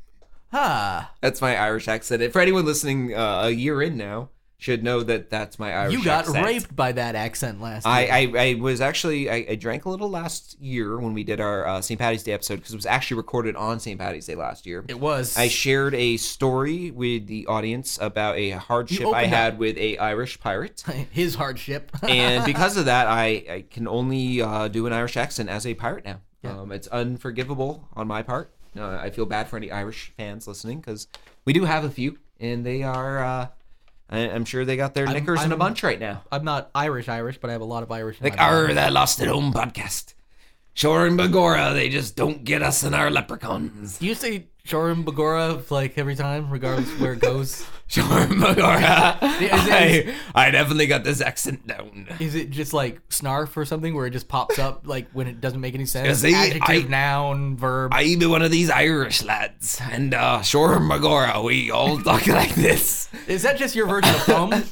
D: Ah,
C: That's my Irish accent. And For anyone listening, uh, a year in now, should know that that's my Irish.
D: you got
C: accent.
D: raped by that accent last
C: I,
D: year.
C: I, I was actually I, I drank a little last year when we did our uh, St. Patty's Day episode because it was actually recorded on St. Patty's Day last year.
D: it was.
C: I shared a story with the audience about a hardship
D: opened
C: I
D: up.
C: had with a Irish pirate,
D: his hardship.
C: and because of that, I, I can only uh, do an Irish accent as a pirate now. Um, it's unforgivable on my part. Uh, I feel bad for any Irish fans listening because we do have a few, and they are. Uh, I, I'm sure they got their knickers in a
D: I'm-
C: bunch right now.
D: I'm not Irish, Irish, but I have a lot of Irish. In
C: Like
D: my blood.
C: our that lost at home podcast. Shore and Bagora, they just don't get us in our leprechauns.
D: Do you say Shorim Bagora like every time, regardless of where it goes?
C: Shore and Bagora.
D: Is
C: I, I definitely got this accent down.
D: Is it just like snarf or something where it just pops up like when it doesn't make any sense?
C: see,
D: Adjective,
C: I-
D: noun, verb.
C: I be one of these Irish lads, and uh, Shore and Bagora, we all talk like this.
D: Is that just your version of um?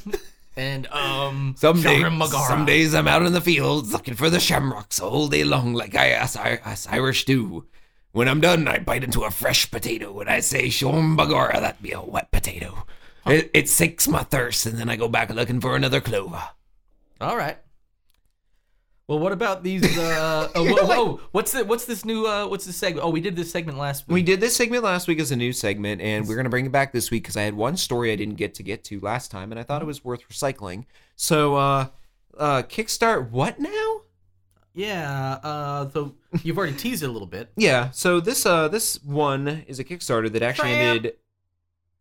D: and um,
C: Some, day,
D: Shorim Bagora.
C: some days I'm out in the fields looking for the shamrocks all day long, like I us, I- us Irish do. When I'm done, I bite into a fresh potato and I say, Shorm Bagora, that be a wet potato. It, it sinks my thirst, and then I go back looking for another clover.
D: All right. Well, what about these? Uh, oh, whoa, whoa, what's the what's this new? Uh, what's this segment? Oh, we did this segment last week.
C: We did this segment last week as a new segment, and we're going to bring it back this week because I had one story I didn't get to get to last time, and I thought it was worth recycling. So, uh, uh, Kickstart what now?
D: Yeah. Uh, so you've already teased it a little bit.
C: Yeah. So this uh this one is a Kickstarter that actually
D: Shrimp.
C: ended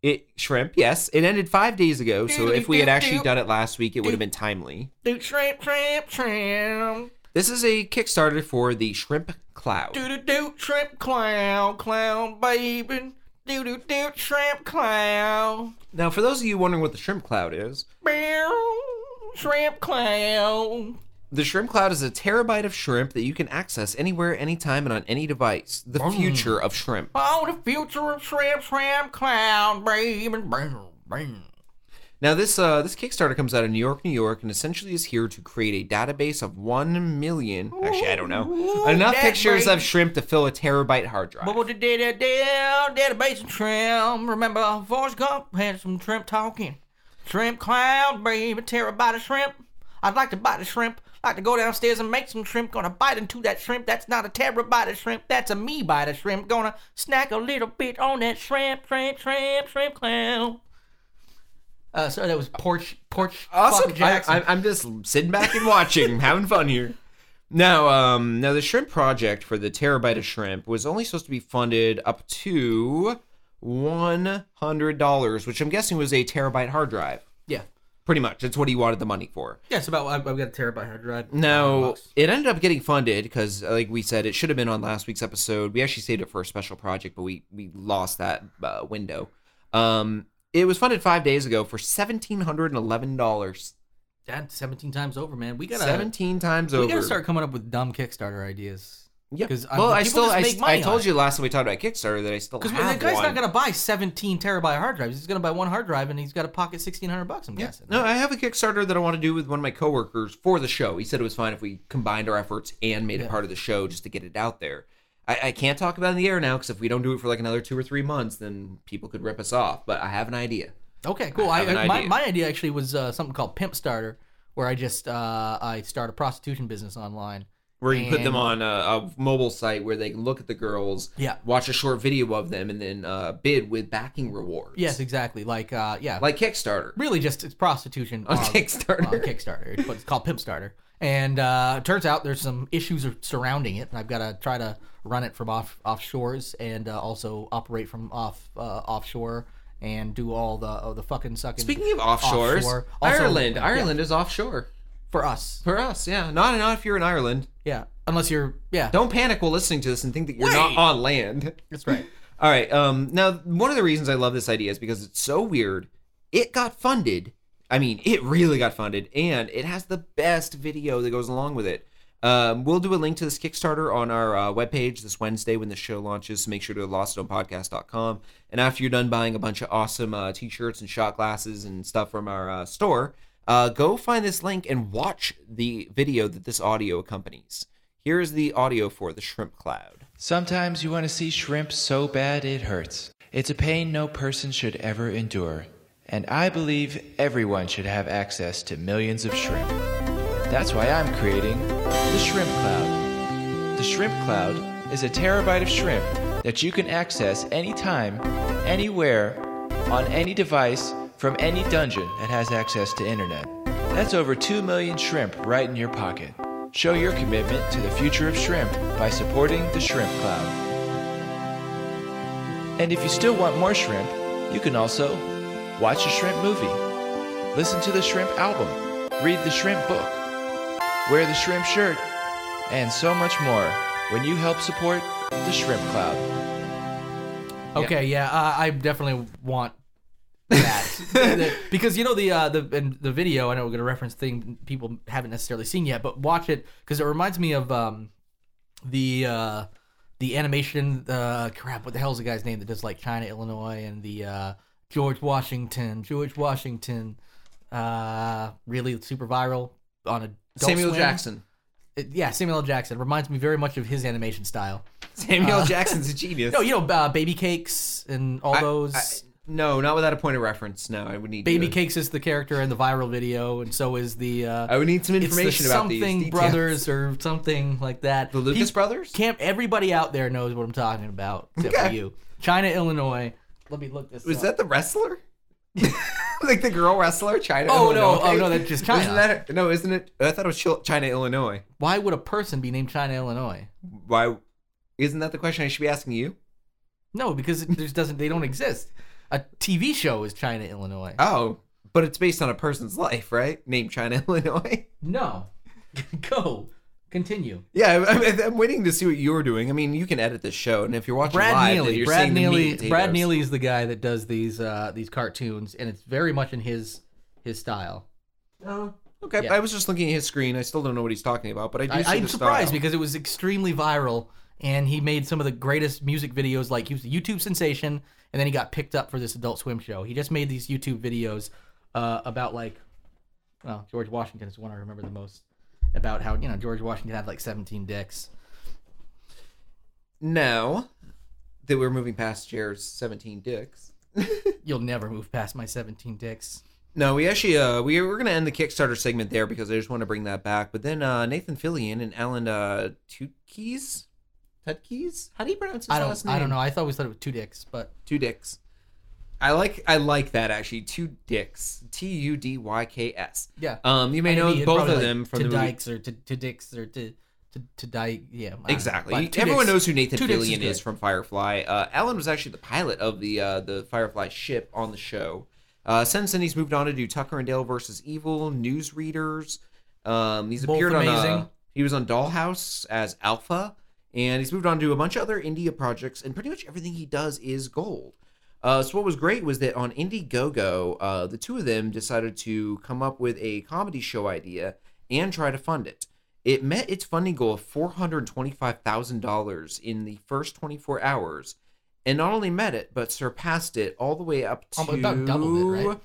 C: it shrimp, yes. It ended 5 days ago, so if we had actually done it last week, it would have been timely.
D: Do shrimp, shrimp, shrimp.
C: This is a Kickstarter for the Shrimp Cloud.
D: Do do do shrimp clown, clown baby. Do do do shrimp clown.
C: Now, for those of you wondering what the Shrimp Cloud is,
D: Meow, Shrimp clown.
C: the Shrimp Cloud is a terabyte of shrimp that you can access anywhere, anytime, and on any device. The future of shrimp.
D: Oh, the future of shrimp, shrimp clown, baby. Bam, bam.
C: Now, this uh, this Kickstarter comes out of New York, New York, and essentially is here to create a database of one million. Actually, I don't know enough
D: that
C: pictures
D: great.
C: of shrimp to fill a terabyte hard drive.
D: Bubble da da da da da bass and trim. Remember, Forrest Gump had some shrimp talking. Shrimp clown, baby, terabyte of shrimp. I'd like to bite a shrimp. Like to go downstairs and make some shrimp. Gonna bite into that shrimp. That's not a terabyte of shrimp. That's a me bite of shrimp. Gonna snack a little bit on that shrimp, shrimp, shrimp, shrimp clown. Uh, sorry, that was porch, porch.
C: awesome. I, I, I'm just sitting back and watching, having fun here. Now, um, now the shrimp project for the terabyte of shrimp was only supposed to be funded up to one hundred dollars, which I'm guessing was a terabyte hard drive.
D: yeah,
C: Pretty much, that's what he wanted the money for.
D: yeah. It's about. I've got a terabyte hard drive.
C: No, it ended up getting funded because, like we said, it should have been on last week's episode. We actually saved it for a special project, but we we lost that uh, window. Um, it was funded five days ago for seventeen hundred and eleven dollars,
D: That's 17 times over, man. We got a
C: seventeen times
D: We
C: over.
D: gotta start coming up with dumb Kickstarter ideas.
C: Yeah.
D: 'cause, uh,
C: well, I
D: people
C: still
D: just
C: I,
D: make
C: s-
D: money
C: I
D: on
C: told
D: it.
C: you last time we talked about Kickstarter that I still
D: Because
C: have
D: the guy's
C: one.
D: not gonna buy 17 terabyte hard drives. He's gonna buy one hard drive and he's got to pocket 1600 bucks. I'm guessing.
C: No, I have a Kickstarter that I want to do with one of my coworkers for the show. He said it was fine if we combined our efforts and made it part of the show just to get it out there. I, I can't talk about it in the air now because if we don't do it for like another two or three months, then people could rip us off. But I have an idea.
D: Okay, cool.
C: I
D: I,
C: have an
D: I- my,
C: idea.
D: my idea actually was uh, something called Pimp Starter, where I just uh, I start a prostitution business online.
C: Where you put them
D: And-
C: on a, a mobile site where they can look at the girls,
D: Yeah.
C: watch a short video of them, and then uh, bid with backing rewards.
D: Yes, exactly. Like uh, yeah,
C: like Kickstarter.
D: really just it's prostitution
C: On Kickstarter.
D: on Uh, Kickstarter, but it's called Pimp Starter. And uh, it turns out there's some issues ar- surrounding it, and I've got to try to run it from off offshores and uh, also operate from off uh, offshore and do all the oh, the fucking sucking.
C: Speaking of offshores,
D: Offshore. Also-
C: Ireland,
D: yeah,
C: Ireland is offshore
D: for us,
C: for us. Yeah, not not if you're in Ireland.
D: yeah. Unless you're yeah,
C: Don't panic while listening to this and think that you're not on land.
D: that's right.
C: All right. Um, now, one of the reasons I love this idea is because it's so weird. It got funded. I mean, it really got funded, and it has the best video that goes along with it. Um, we'll do a link to this Kickstarter on our uh, webpage this Wednesday when the show launches. So make sure to lostonpodcast.com. And after you're done buying a bunch of awesome uh, t-shirts and shot glasses and stuff from our uh, store, uh, go find this link and watch the video that this audio accompanies. Here is the audio for the Shrimp Cloud.
F: Sometimes you want to see shrimp so bad it hurts. It's a pain no person should ever endure. And I believe everyone should have access to millions of shrimp. That's why I'm creating the Shrimp Cloud. The Shrimp Cloud is a terabyte of shrimp that you can access anytime, anywhere, on any device from any dungeon that has access to internet. That's over 2 million shrimp right in your pocket. Show your commitment to the future of shrimp by supporting the Shrimp Cloud. And if you still want more shrimp, you can also watch a shrimp movie, listen to the shrimp album, read the shrimp book, wear the shrimp shirt, and so much more when you help support the Shrimp Cloud.
D: Okay, yeah, uh, I definitely want that The- because you know the uh, the and the video. I know we're gonna reference thing people haven't necessarily seen yet, but watch it because it reminds me of um, the uh, the animation. Uh, crap, what the hell's the guy's name that does like China, Illinois, and the uh, George Washington, George Washington, uh, really super viral on a
C: Samuel Jackson.
D: yeah, Samuel L. Jackson reminds me very much of his animation style.
C: Samuel Jackson's a genius.
D: Uh, No, you know, uh, baby cakes and all
C: I-
D: those.
C: I- no, not without a point of reference. No, I would need
D: Baby
C: to-
D: Cakes is the character in the viral video, and so is the. Uh,
C: I would need some
D: it's the
C: information about these
D: something
C: details.
D: brothers or something like that.
C: The Lucas
D: Pe-
C: brothers?
D: Can't everybody out there knows what I'm talking about except for
C: Okay.
D: you? China, Illinois. Let me look this.
C: Was
D: up.
C: that the wrestler? like the girl wrestler, China.
D: Oh, no.
C: Illinois?
D: Oh, no, that's just China.
C: Isn't that no? Isn't it? I thought it was Chil- China, Illinois.
D: Why would a person be named China, Illinois?
C: Why? Isn't that the question I should be asking you?
D: No, because it just doesn't. They don't exist. A TV show is China, Illinois.
C: Oh, but it's based on a person's life, right? Named China, Illinois.
D: no, go continue.
C: Yeah, I- I'm, I'm waiting to see what you're doing. I mean, you can edit this show, and if you're watching
D: Brad
C: live, then
D: Neely.
C: you're
D: Brad
C: seeing the meat and
D: Neely.
C: potatoes.
D: Brad Neely is the guy that does these uh, these cartoons, and it's very much in his his style.
C: Okay,
D: Yeah.
C: I was just looking at his screen. I still don't know what he's talking about, but I do.
D: I,
C: see
D: I'm
C: the
D: surprised
C: style.
D: because it was extremely viral, and he made some of the greatest music videos. Like he was a YouTube sensation, and then he got picked up for this Adult Swim show. He just made these YouTube videos uh, about like, well, George Washington is the one I remember the most about how you know George Washington had like 17 dicks.
C: no, that we're moving past Jared's 17 dicks.
D: You'll never move past my 17 dicks.
C: No, we actually uh we we're gonna end the Kickstarter segment there because I just want to bring that back. But then uh Nathan Fillion and Alan uh Tutkeys? Tutkeys? How do you pronounce his
D: I don't.
C: last name?
D: I don't know. I thought we said it was two dicks, but
C: Two dicks. I like I like that actually. Two dicks. T U D Y K S.
D: Yeah.
C: Um you may
D: I
C: know
D: mean,
C: both
D: probably,
C: of
D: like,
C: them from
D: to
C: the movie.
D: dykes or to, to dicks or to to, to dyke. Yeah. I don't know.
C: Exactly.
D: But two
C: Everyone
D: dicks-
C: knows who Nathan
D: two dicks
C: Fillion
D: good.
C: is from Firefly. Uh, Alan was actually the pilot of the uh, the Firefly ship on the show. Uh, since then, he's moved on to do Tucker and Dale versus Evil, Newsreaders. Um, he's
D: Both
C: appeared on. Uh,
D: amazing.
C: he was on Dollhouse as Alpha, and he's moved on to a bunch of other India projects. And pretty much everything he does is gold. Uh, so what was great was that on Indiegogo, uh, the two of them decided to come up with a comedy show idea and try to fund it. It met its funding goal of four hundred twenty-five thousand dollars in the first twenty-four hours, and not only met it but surpassed it all the way up to
D: Um, about doubled it, right?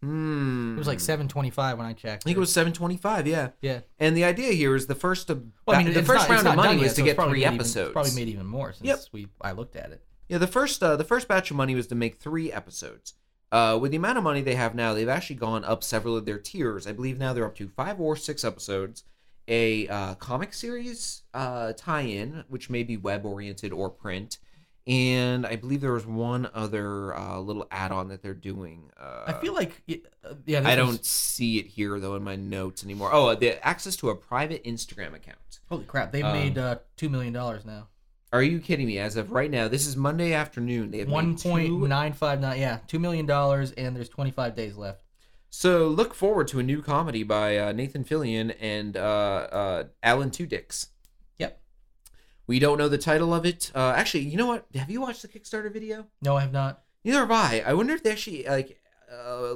C: Hmm.
D: It was like 725 when I checked.
C: I think it was seven twenty-five. Yeah.
D: Yeah.
C: And the idea here is the first of
D: Well, I mean,
C: the
D: it's
C: first
D: not-
C: round
D: it's not
C: of money
D: done
C: was
D: yet,
C: to
D: so it's
C: get
D: probably
C: three
D: made even- it's
C: episodes.
D: probably made even more since
C: Yep.
D: we I looked at it.
C: Yeah, the first uh, the first batch of money was to make three episodes. Uh, with the amount of money they have now, they've actually gone up several of their tiers. I believe now they're up to five or six episodes, a uh, comic series uh, tie-in, which may be web-oriented or print, and I believe there was one other uh, little add-on that they're doing. Uh,
D: I feel like y- uh, yeah. This
C: I
D: was-
C: don't see it here though in my notes anymore. Oh, the access to a private Instagram account.
D: holy crap! They've
C: Um,
D: made uh, two million dollars now.
C: Are you kidding me? As of right now, this is Monday afternoon. They have made
D: One point
C: two
D: nine five nine. Yeah, two million dollars, and there's twenty five days left.
C: So look forward to a new comedy by uh, Nathan Fillion and uh, uh, Alan Tudix.
D: Yep.
C: We don't know the title of it. Uh, actually, you know what? Have you watched the Kickstarter video?
D: No, I have not.
C: Neither have I. I wonder if they actually like uh,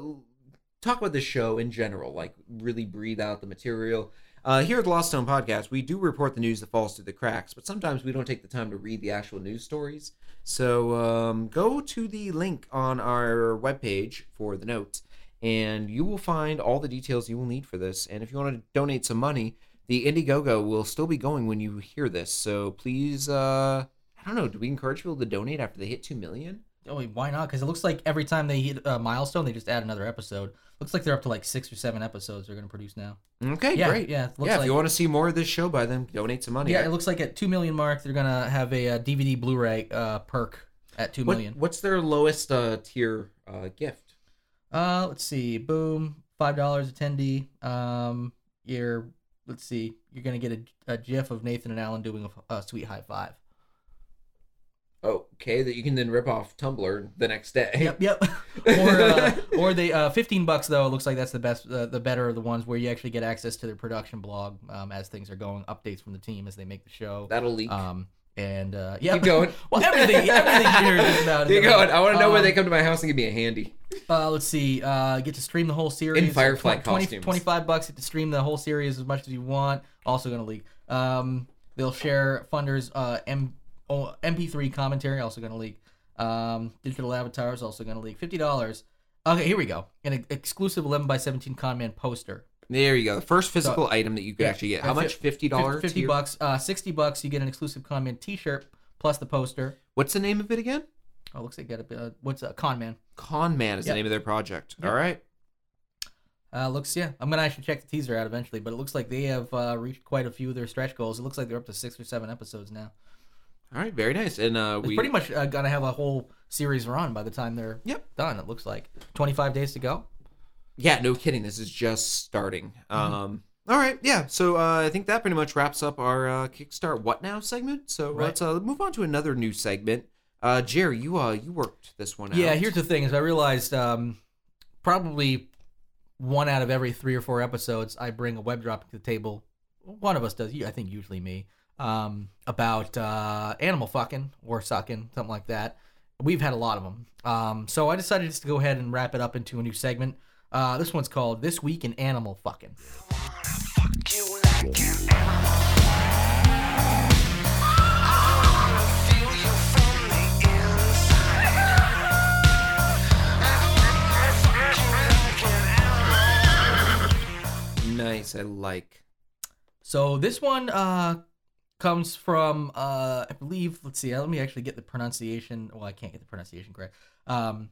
C: talk about the show in general, like really breathe out the material. Uh, here at the Lost Stone Podcast, we do report the news that falls through the cracks, but sometimes we don't take the time to read the actual news stories. So um, go to the link on our webpage for the notes, and you will find all the details you will need for this. And if you want to donate some money, the Indiegogo will still be going when you hear this. So please, uh, I don't know, do we encourage people to donate after they hit 2 million?
D: Oh, why not? Because it looks like every time they hit a milestone, they just add another episode. Looks like they're up to like six or seven episodes they're going to produce now.
C: Okay,
D: Yeah,
C: great.
D: yeah, it looks
C: yeah. if
D: like-
C: you want to see more of this show by them, donate some money.
D: Yeah, it looks like at two million mark, they're going to have a, uh DVD Blu-ray uh, perk at two
C: What-
D: million.
C: what's their lowest uh, tier uh, gift?
D: Uh, let's see. Boom, five dollars attendee. Um, you're let's see, you're gonna get a, a GIF of Nathan and Alan doing a, a sweet high five.
C: Okay, that you can then rip off Tumblr the next day.
D: Yep, yep. or uh, or they uh, fifteen bucks though. It looks like that's the best, uh, the better of the ones where you actually get access to their production blog um, as things are going, updates from the team as they make the show.
C: That'll leak.
D: um, and uh, yeah,
C: Keep going.
D: well, everything, everything here is about. um,
C: Keep going. I want to know
D: where
C: when they come to my house and give me a handy.
D: Uh, let's see. Uh, get to stream the whole series.
C: Firefly
D: Twen-
C: costumes.
D: 25 bucks. Get to stream the whole series as much as you want. Also going to leak. Um, they'll share funders uh, M- oh, MP3 commentary. Also going to leak. Um, digital avatars. Also going to leak. $50. Okay, here we go. An ex- exclusive 11 by 17 con man poster.
C: There you go. The first physical item that you could actually get. How much?
D: That's it.
C: Fifty dollars.
D: 50 bucks. Uh, 60 bucks. You get an exclusive con man t-shirt plus the poster.
C: What's the name of it again?
D: Oh, looks like got a uh, what's a con man.
C: Con Man is
D: Yep.
C: the name of their project. All right.
D: Uh, looks, yeah. I'm gonna actually check the teaser out eventually, but it looks like they have uh, reached quite a few of their stretch goals. It looks like they're up to six or seven episodes now.
C: All right. Very nice. And uh,
D: It's
C: we
D: pretty much uh, gonna have a whole series run by the time they're
C: Yep.
D: done. It looks like 25 days to go.
C: Yeah, no kidding. This is just starting. Um, all right, yeah. So uh, I think that pretty much wraps up our uh, Kickstart What Now segment. So
D: Right.
C: let's uh, move on to another new segment. Uh, Jerry, you uh, you worked this one out.
D: Yeah. Here's the thing: is I realized um, probably one out of every three or four episodes, I bring a web drop to the table. One of us does. I think usually me um, about uh, animal fucking or sucking, something like that. We've had a lot of them. Um, so I decided just to go ahead and wrap it up into a new segment. Uh, this one's called "This Week in Animal Fucking."
C: nice. I like.
D: So this one uh, comes from, uh, I believe, let's see, let me actually get the pronunciation. Well, I can't get the pronunciation correct. Um,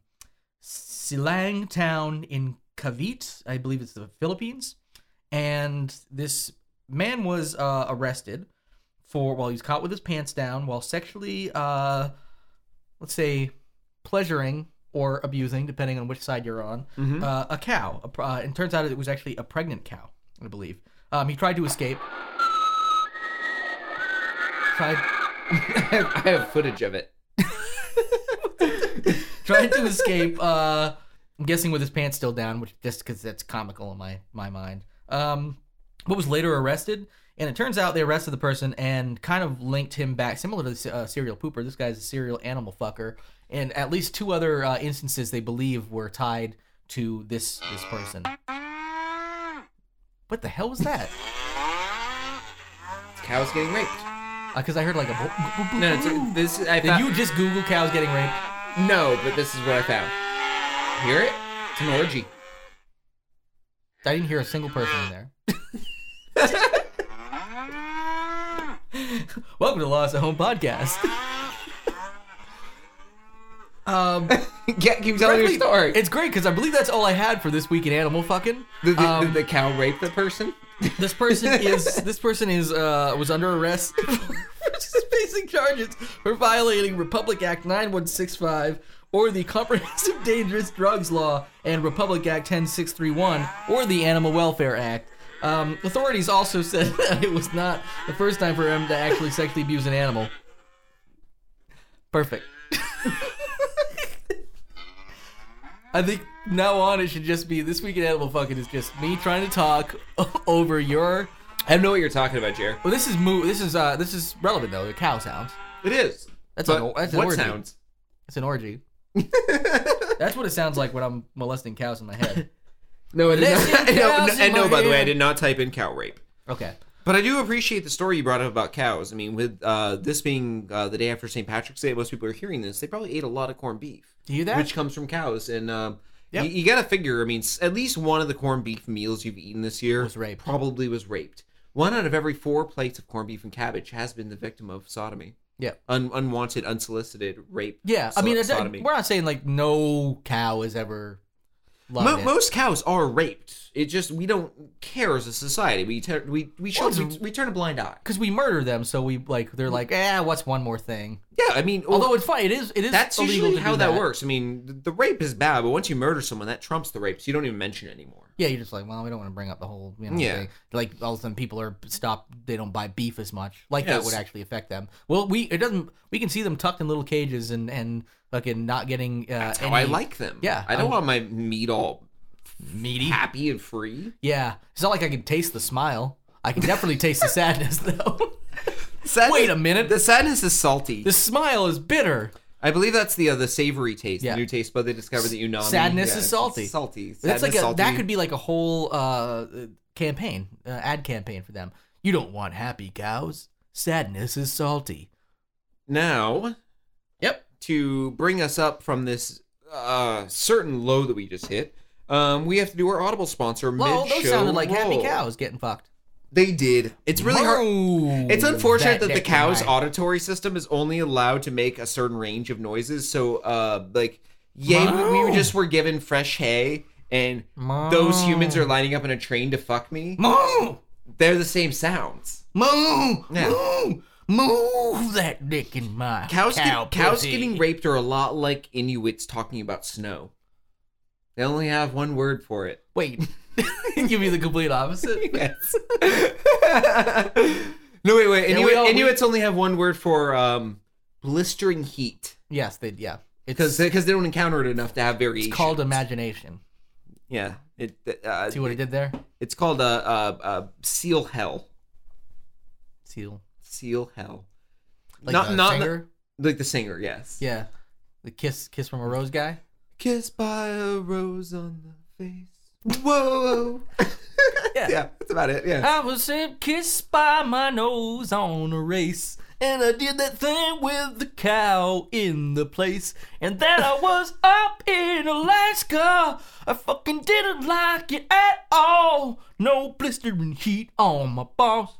D: Silang Town in Cavite, I believe it's the Philippines. And this man was uh, arrested for, well, he was caught with his pants down while sexually, uh, let's say, pleasuring or abusing, depending on which side you're on, uh, a cow. A, pr- uh, and turns out it was actually a pregnant cow, I believe. Um, he tried to escape. Tried,
C: I have footage of it.
D: tried to escape. Uh, I'm guessing with his pants still down, which just because that's comical in my my mind. Um, but was later arrested, and it turns out they arrested the person and kind of linked him back, similar to the uh, serial pooper. This guy's a serial animal fucker, and at least two other uh, instances they believe were tied to this this person. What the hell was that?
C: Cow's getting raped.
D: Because Uh, I heard like a. bo- bo- bo-
C: No, it's, this is- I
D: Did
C: found.
D: you just Google cows getting raped?
C: No, but this is what I found. Hear it? It's an orgy.
D: I didn't hear a single person in there. Welcome to the Lost at Home podcast. um,
C: yeah, keep telling your
D: frankly,
C: story.
D: It's great because I believe that's all I had for this week in animal fucking.
C: Did the,
D: Um,
C: did the cow rape the person?
D: this person is this person is uh, was under arrest for facing charges for violating Republic Act 9165 or the Comprehensive Dangerous Drugs Law and Republic Act 10631 or the Animal Welfare Act. Um, authorities also said that it was not the first time for him to actually sexually abuse an animal. Perfect. I think now on it should just be this week in animal fucking is just me trying to talk over your.
C: I know what you're talking about, Jerry.
D: Well, this is moo. This is uh. This is relevant though. The cow sounds.
C: It is.
D: That's
C: But
D: an- that's an
C: what
D: orgy.
C: sounds?
D: It's an orgy. That's what it sounds like when I'm molesting cows in my head.
C: No, I did
D: Listen,
C: not. no, no,
D: cows in
C: and no,
D: my
C: by the way, I
D: ear.
C: did not type in cow rape.
D: Okay.
C: But I do appreciate the story you brought up about cows. I mean, with uh, this being uh, the day after St. Patrick's Day, most people are hearing this. They probably ate a lot of corned beef,
D: Do you hear that?
C: which comes from cows. And um,
D: Yep.
C: you, you got to figure. I mean, s- at least one of the corned beef meals you've eaten this year
D: Was raped.
C: Probably was raped. One out of every four plates of corned beef and cabbage has been the victim of sodomy.
D: Yeah.
C: Un- unwanted, unsolicited rape.
D: Yeah, I
C: so-
D: mean, it's,
C: sodomy.
D: we're not saying like no cow is ever loved.
C: Mo-
D: in.
C: most cows are raped. It just we don't care as a society. We ter- we we show
D: Well, it's-
C: we, we turn a blind eye.
D: because we murder them, so we like they're like, eh, what's one more thing?
C: Yeah, I mean,
D: Although it's fine, it is it is
C: that's
D: illegal
C: usually
D: to do
C: how that, works. I mean, the, the rape is bad, but once you murder someone, that trumps the rape, so you don't even mention it anymore.
D: Yeah, you're just like, well, we don't want to bring up the whole, you know,
C: Yeah.
D: thing. like all of a sudden people are stopped, they don't buy beef as much. Like that
C: Yes.
D: would actually affect them. Well, we it doesn't. We can see them tucked in little cages and and fucking not getting. Uh,
C: That's how
D: any-
C: I like them.
D: Yeah,
C: I don't
D: I'm-
C: want my meat all meaty, happy and free.
D: Yeah, it's not like I can taste the smile. I can definitely taste the sadness though. Wait a minute.
C: The sadness is salty.
D: the smile is bitter.
C: I believe that's the uh, the savory taste,
D: Yeah.
C: the new taste bud they discovered that you know.
D: Sadness is salty.
C: Salty.
D: That's
C: Sadness,
D: like a,
C: salty.
D: that could be like a whole uh, campaign, uh, ad campaign for them. You don't want happy cows. Sadness is salty.
C: now
D: Yep.
C: to bring us up from this uh, certain low that we just hit. Um, we have to do our Audible sponsor
D: Well,
C: mid-show.
D: those sounded like happy
C: roll.
D: cows getting fucked.
C: They did. It's really hard.
D: hard.
C: It's unfortunate that, the cow's auditory system is only allowed to make a certain range of noises. So, uh, like, yay, we, we just were given fresh hay, and those humans are lining up in a train to fuck me.
D: Moo!
C: They're the same sounds.
D: Moo!
C: Yeah.
D: Moo! Move that dick in my
C: Cows,
D: cow
C: get, cows
D: pussy.
C: getting raped are a lot like Inuits talking about snow. They only have one word for it.
D: Wait, you mean the complete opposite?
C: Yes. no, wait, wait.
D: Yeah, we
C: Inuit,
D: all- we-
C: Inuits only have one word for um, blistering heat.
D: yes, they yeah. It's,
C: because they, 'cause they don't encounter it enough to have variation.
D: it's called imagination.
C: yeah. It, uh,
D: See what I did there?
C: it's called a, uh uh seal hell.
D: Seal.
C: Seal hell.
D: Like
C: Not-
D: the
C: not-
D: singer?
C: Like the singer, yes.
D: yeah. The kiss kiss from a rose guy.
C: Kissed by a rose on the face. Whoa. yeah. that's about it. Yeah.
D: I was kissed by my nose on a race. And I did that thing with the cow in the place. And then I was up in Alaska. I fucking didn't like it at all. No blistering heat on my balls.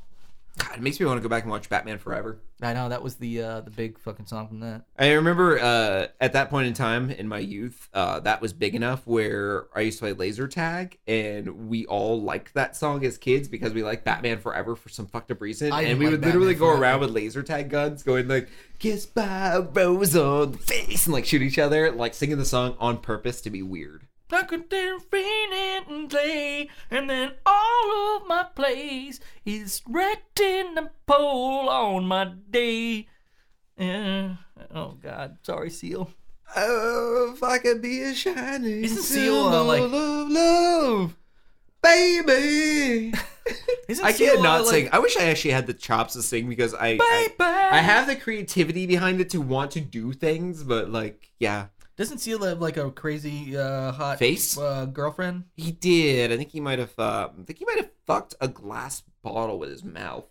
C: God, it makes me want to go back and watch Batman Forever.
D: I know that was the uh, the big fucking song from that.
C: I remember uh, at that point in time in my youth, uh, that was big enough where I used to play laser tag, and we all liked that song as kids because we liked Batman Forever for some fucked up reason,
D: I
C: and
D: didn't
C: we
D: like
C: would literally
D: Batman
C: go
D: Forever.
C: around with laser tag guns, going like "Kiss by a Rose on the face" and like shoot each other, like singing the song on purpose to be weird.
D: I could then rain and play, and then all of my plays is retina pole on my day. Yeah. Oh God, sorry, Seal.
C: Oh, if I could be a shining
D: Isn't Seal, uh, like-
C: symbol of love, baby.
D: Isn't
C: I
D: Seal,
C: can't
D: uh,
C: not
D: like-
C: sing. I wish I actually had the chops to sing because I
D: Baby.
C: I, I have the creativity behind it to want to do things, but like, yeah,
D: Doesn't Seal have like a crazy uh, hot
C: Face?
D: uh, girlfriend?
C: he did. I think he might have. Uh, I think he might have fucked a glass bottle with his mouth,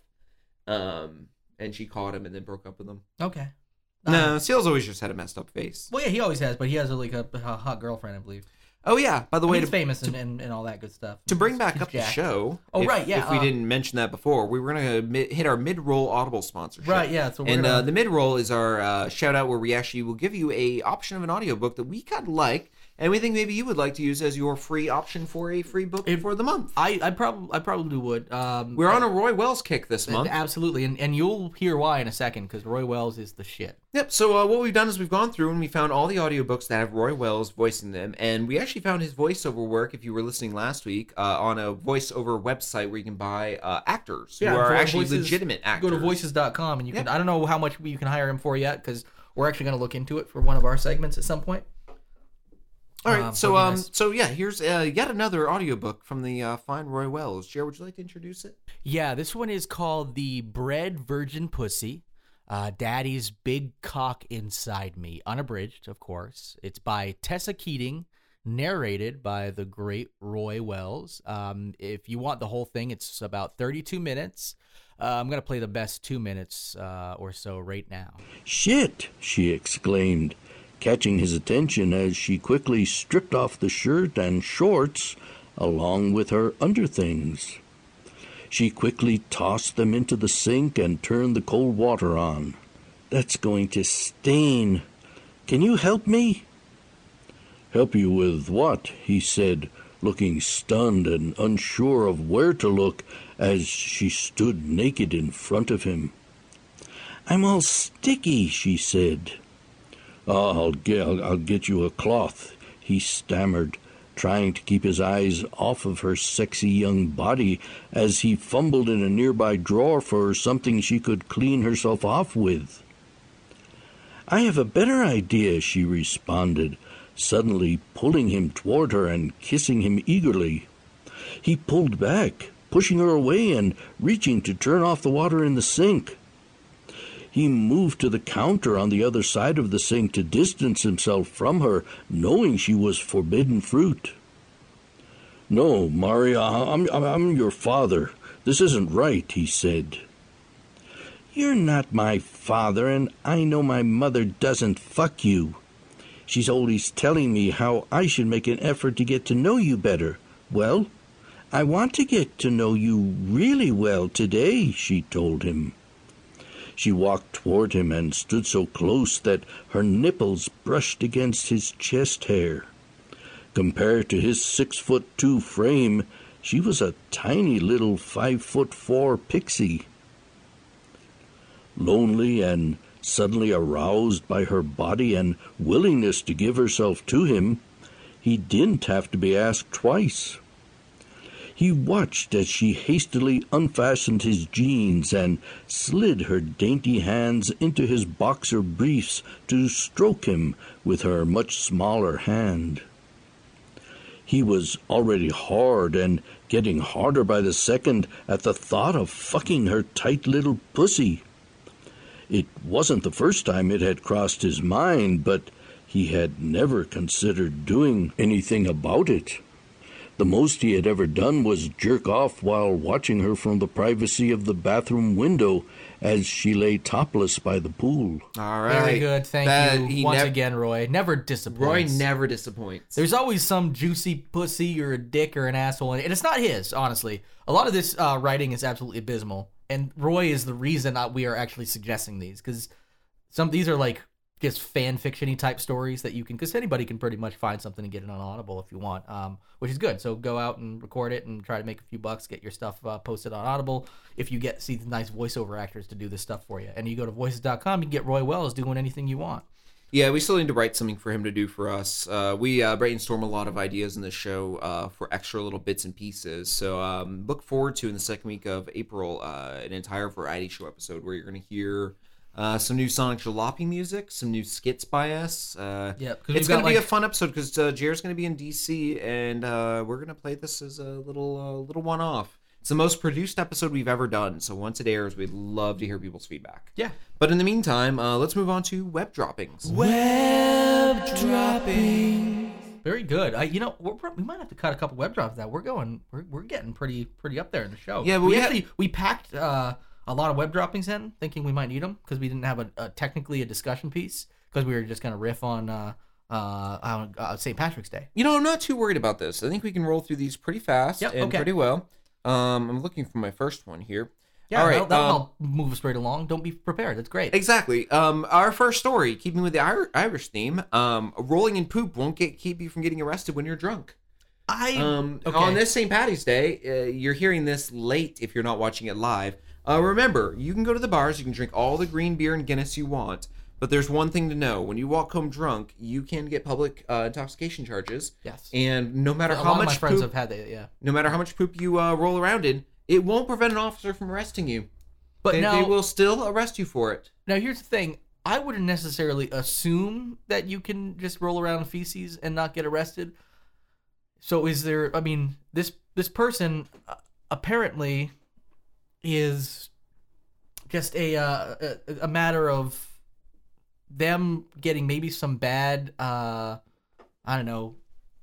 C: um, and she caught him and then broke up with him. Um,
D: Okay.
C: No, Seal's always just had a messed up face.
D: Well, yeah, he always has, but he has a, like a, a hot girlfriend, I believe.
C: Oh yeah, by the
D: I mean,
C: way,
D: he's
C: to,
D: famous and, and, and all that good stuff.
C: to bring
D: He's-
C: back
D: he's
C: up the
D: jacked.
C: show.
D: Oh,
C: if-
D: right, yeah,
C: If we
D: uh,
C: didn't mention that before, we were gonna mi- hit our mid-roll Audible sponsorship.
D: Right, yeah, that's what we're
C: and
D: gonna-
C: uh, the mid roll is our uh, shout out where we actually will give you a option of an audiobook that we kind of like and we think maybe you would like to use as your free option for a free book for the month.
D: I I probably I probably would. Um,
C: We're on a Roy Wells kick this month.
D: Absolutely, and and you'll hear why in a second because Roy Wells is the shit.
C: Yep. So uh, what we've done is we've gone through and we found all the audiobooks that have Roy Wells voicing them, and we actually found his voiceover work. If you were listening last week, uh, on a voiceover website where you can buy uh, actors who are
D: vo-
C: actually
D: voices-
C: legitimate actors.
D: Go to voices.com and you can. I don't know how much you can hire him for yet because we're actually going to look into it for one of our segments at some point.
C: All right.
D: Um,
C: so
D: so
C: um,
D: nice.
C: so yeah, here's uh, yet another audiobook from the uh, fine Roy Wells. Jared, would you like to introduce it?
D: Yeah, this one is called The Bread Virgin Pussy. Uh, Daddy's Big Cock Inside Me, unabridged, of course. It's by Tessa Keating, narrated by the great Roy Wells. Um, if you want the whole thing, it's about 32 minutes. Uh, I'm going to play the best two minutes uh, or so right now.
G: Shit! she exclaimed, catching his attention as she quickly stripped off the shirt and shorts along with her underthings. She quickly tossed them into the sink and turned the cold water on. That's going to stain. Can you help me? Help you with what? he said, looking stunned and unsure of where to look as she stood naked in front of him. I'm all sticky, she said. "Ah, I'll get, I'll, I'll get you a cloth, he stammered, trying to keep his eyes off of her sexy young body as he fumbled in a nearby drawer for something she could clean herself off with. I have a better idea, she responded, suddenly pulling him toward her and kissing him eagerly. He pulled back, pushing her away and reaching to turn off the water in the sink. He moved to the counter on the other side of the sink to distance himself from her, knowing she was forbidden fruit. No, Maria, I'm, I'm- I'm your father. This isn't right, he said. You're not my father, and I know my mother doesn't fuck you. She's always telling me how I should make an effort to get to know you better. Well, I want to get to know you really well today, she told him. She walked toward him and stood so close that her nipples brushed against his chest hair. Compared to his six foot two frame, she was a tiny little five foot four pixie. Lonely and suddenly aroused by her body and willingness to give herself to him, he didn't have to be asked twice. He watched as she hastily unfastened his jeans and slid her dainty hands into his boxer briefs to stroke him with her much smaller hand. He was already hard and getting harder by the second at the thought of fucking her tight little pussy. It wasn't the first time it had crossed his mind, but he had never considered doing anything about it. The most he had ever done was jerk off while watching her from the privacy of the bathroom window as she lay topless by the pool.
C: All right.
D: Very good. Thank
C: That-
D: you
C: he
D: once
C: nev-
D: again, Roy. Never disappoints.
C: Roy never disappoints.
D: There's always some juicy pussy or a dick or an asshole, in it. and it's not his. Honestly, a lot of this uh, writing is absolutely abysmal, and Roy is the reason I, we are actually suggesting these because some these are like just fan fictiony type stories that you can because anybody can pretty much find something and get it on Audible if you want, um, which is good. So go out and record it and try to make a few bucks, get your stuff uh, posted on Audible. If you get see the nice voiceover actors to do this stuff for you, and you go to voices.com, you can get Roy Wells doing anything you want.
C: Yeah, we still need to write something for him to do for us. Uh, we uh, brainstorm a lot of ideas in this show uh, for extra little bits and pieces. So um, look forward to in the second week of April uh, an entire variety show episode where you're going to hear uh, some new Sonic Jalopy music, some new skits by us. Uh,
D: Yeah, 'cause we've
C: it's going
D: got,
C: to be a
D: like-
C: fun episode because uh, Jared's going to be in DC and uh, we're going to play this as a little uh, little one off. It's the most produced episode we've ever done. So once it airs, we'd love to hear people's feedback.
D: Yeah.
C: But in the meantime, uh, let's move on to web droppings.
D: Very good. Uh, you know, we're, prob- we might have to cut a couple web drops. That we're going, we're, we're getting pretty pretty up there in the show.
C: Yeah, but we had-
D: actually we packed uh, a lot of web droppings in, thinking we might need them because we didn't have a, a technically a discussion piece because we were just gonna riff on uh, uh, uh, uh, St. Patrick's Day.
C: You know, I'm not too worried about this. I think we can roll through these pretty fast
D: Yep,
C: and
D: okay.
C: pretty well. Um, I'm looking for my first one here.
D: Yeah,
C: All
D: that'll,
C: right.
D: that'll
C: um,
D: help move us right along. Don't be prepared. That's great.
C: exactly. Um, our first story, keeping with the Ir- Irish theme, um, rolling in poop won't get keep you from getting arrested when you're drunk.
D: I
C: Um,
D: Mm, okay.
C: on this St. Patty's Day, uh, you're hearing this late if you're not watching it live. Uh, remember, you can go to the bars, you can drink all the green beer and Guinness you want, but there's one thing to know: when you walk home drunk, you can get public uh, intoxication charges.
D: Yes.
C: And no matter
D: a
C: how
D: lot
C: much
D: of my friends
C: poop-
D: have had that. Yeah,
C: no matter how much poop you uh, roll around in, it won't prevent an officer from arresting you.
D: but
C: They, they
D: now
C: will still arrest you for it.
D: Now here's the thing. I wouldn't necessarily assume that you can just roll around in feces and not get arrested. So is there? I mean, this this person uh, apparently is just a, uh, a a matter of them getting maybe some bad uh I don't know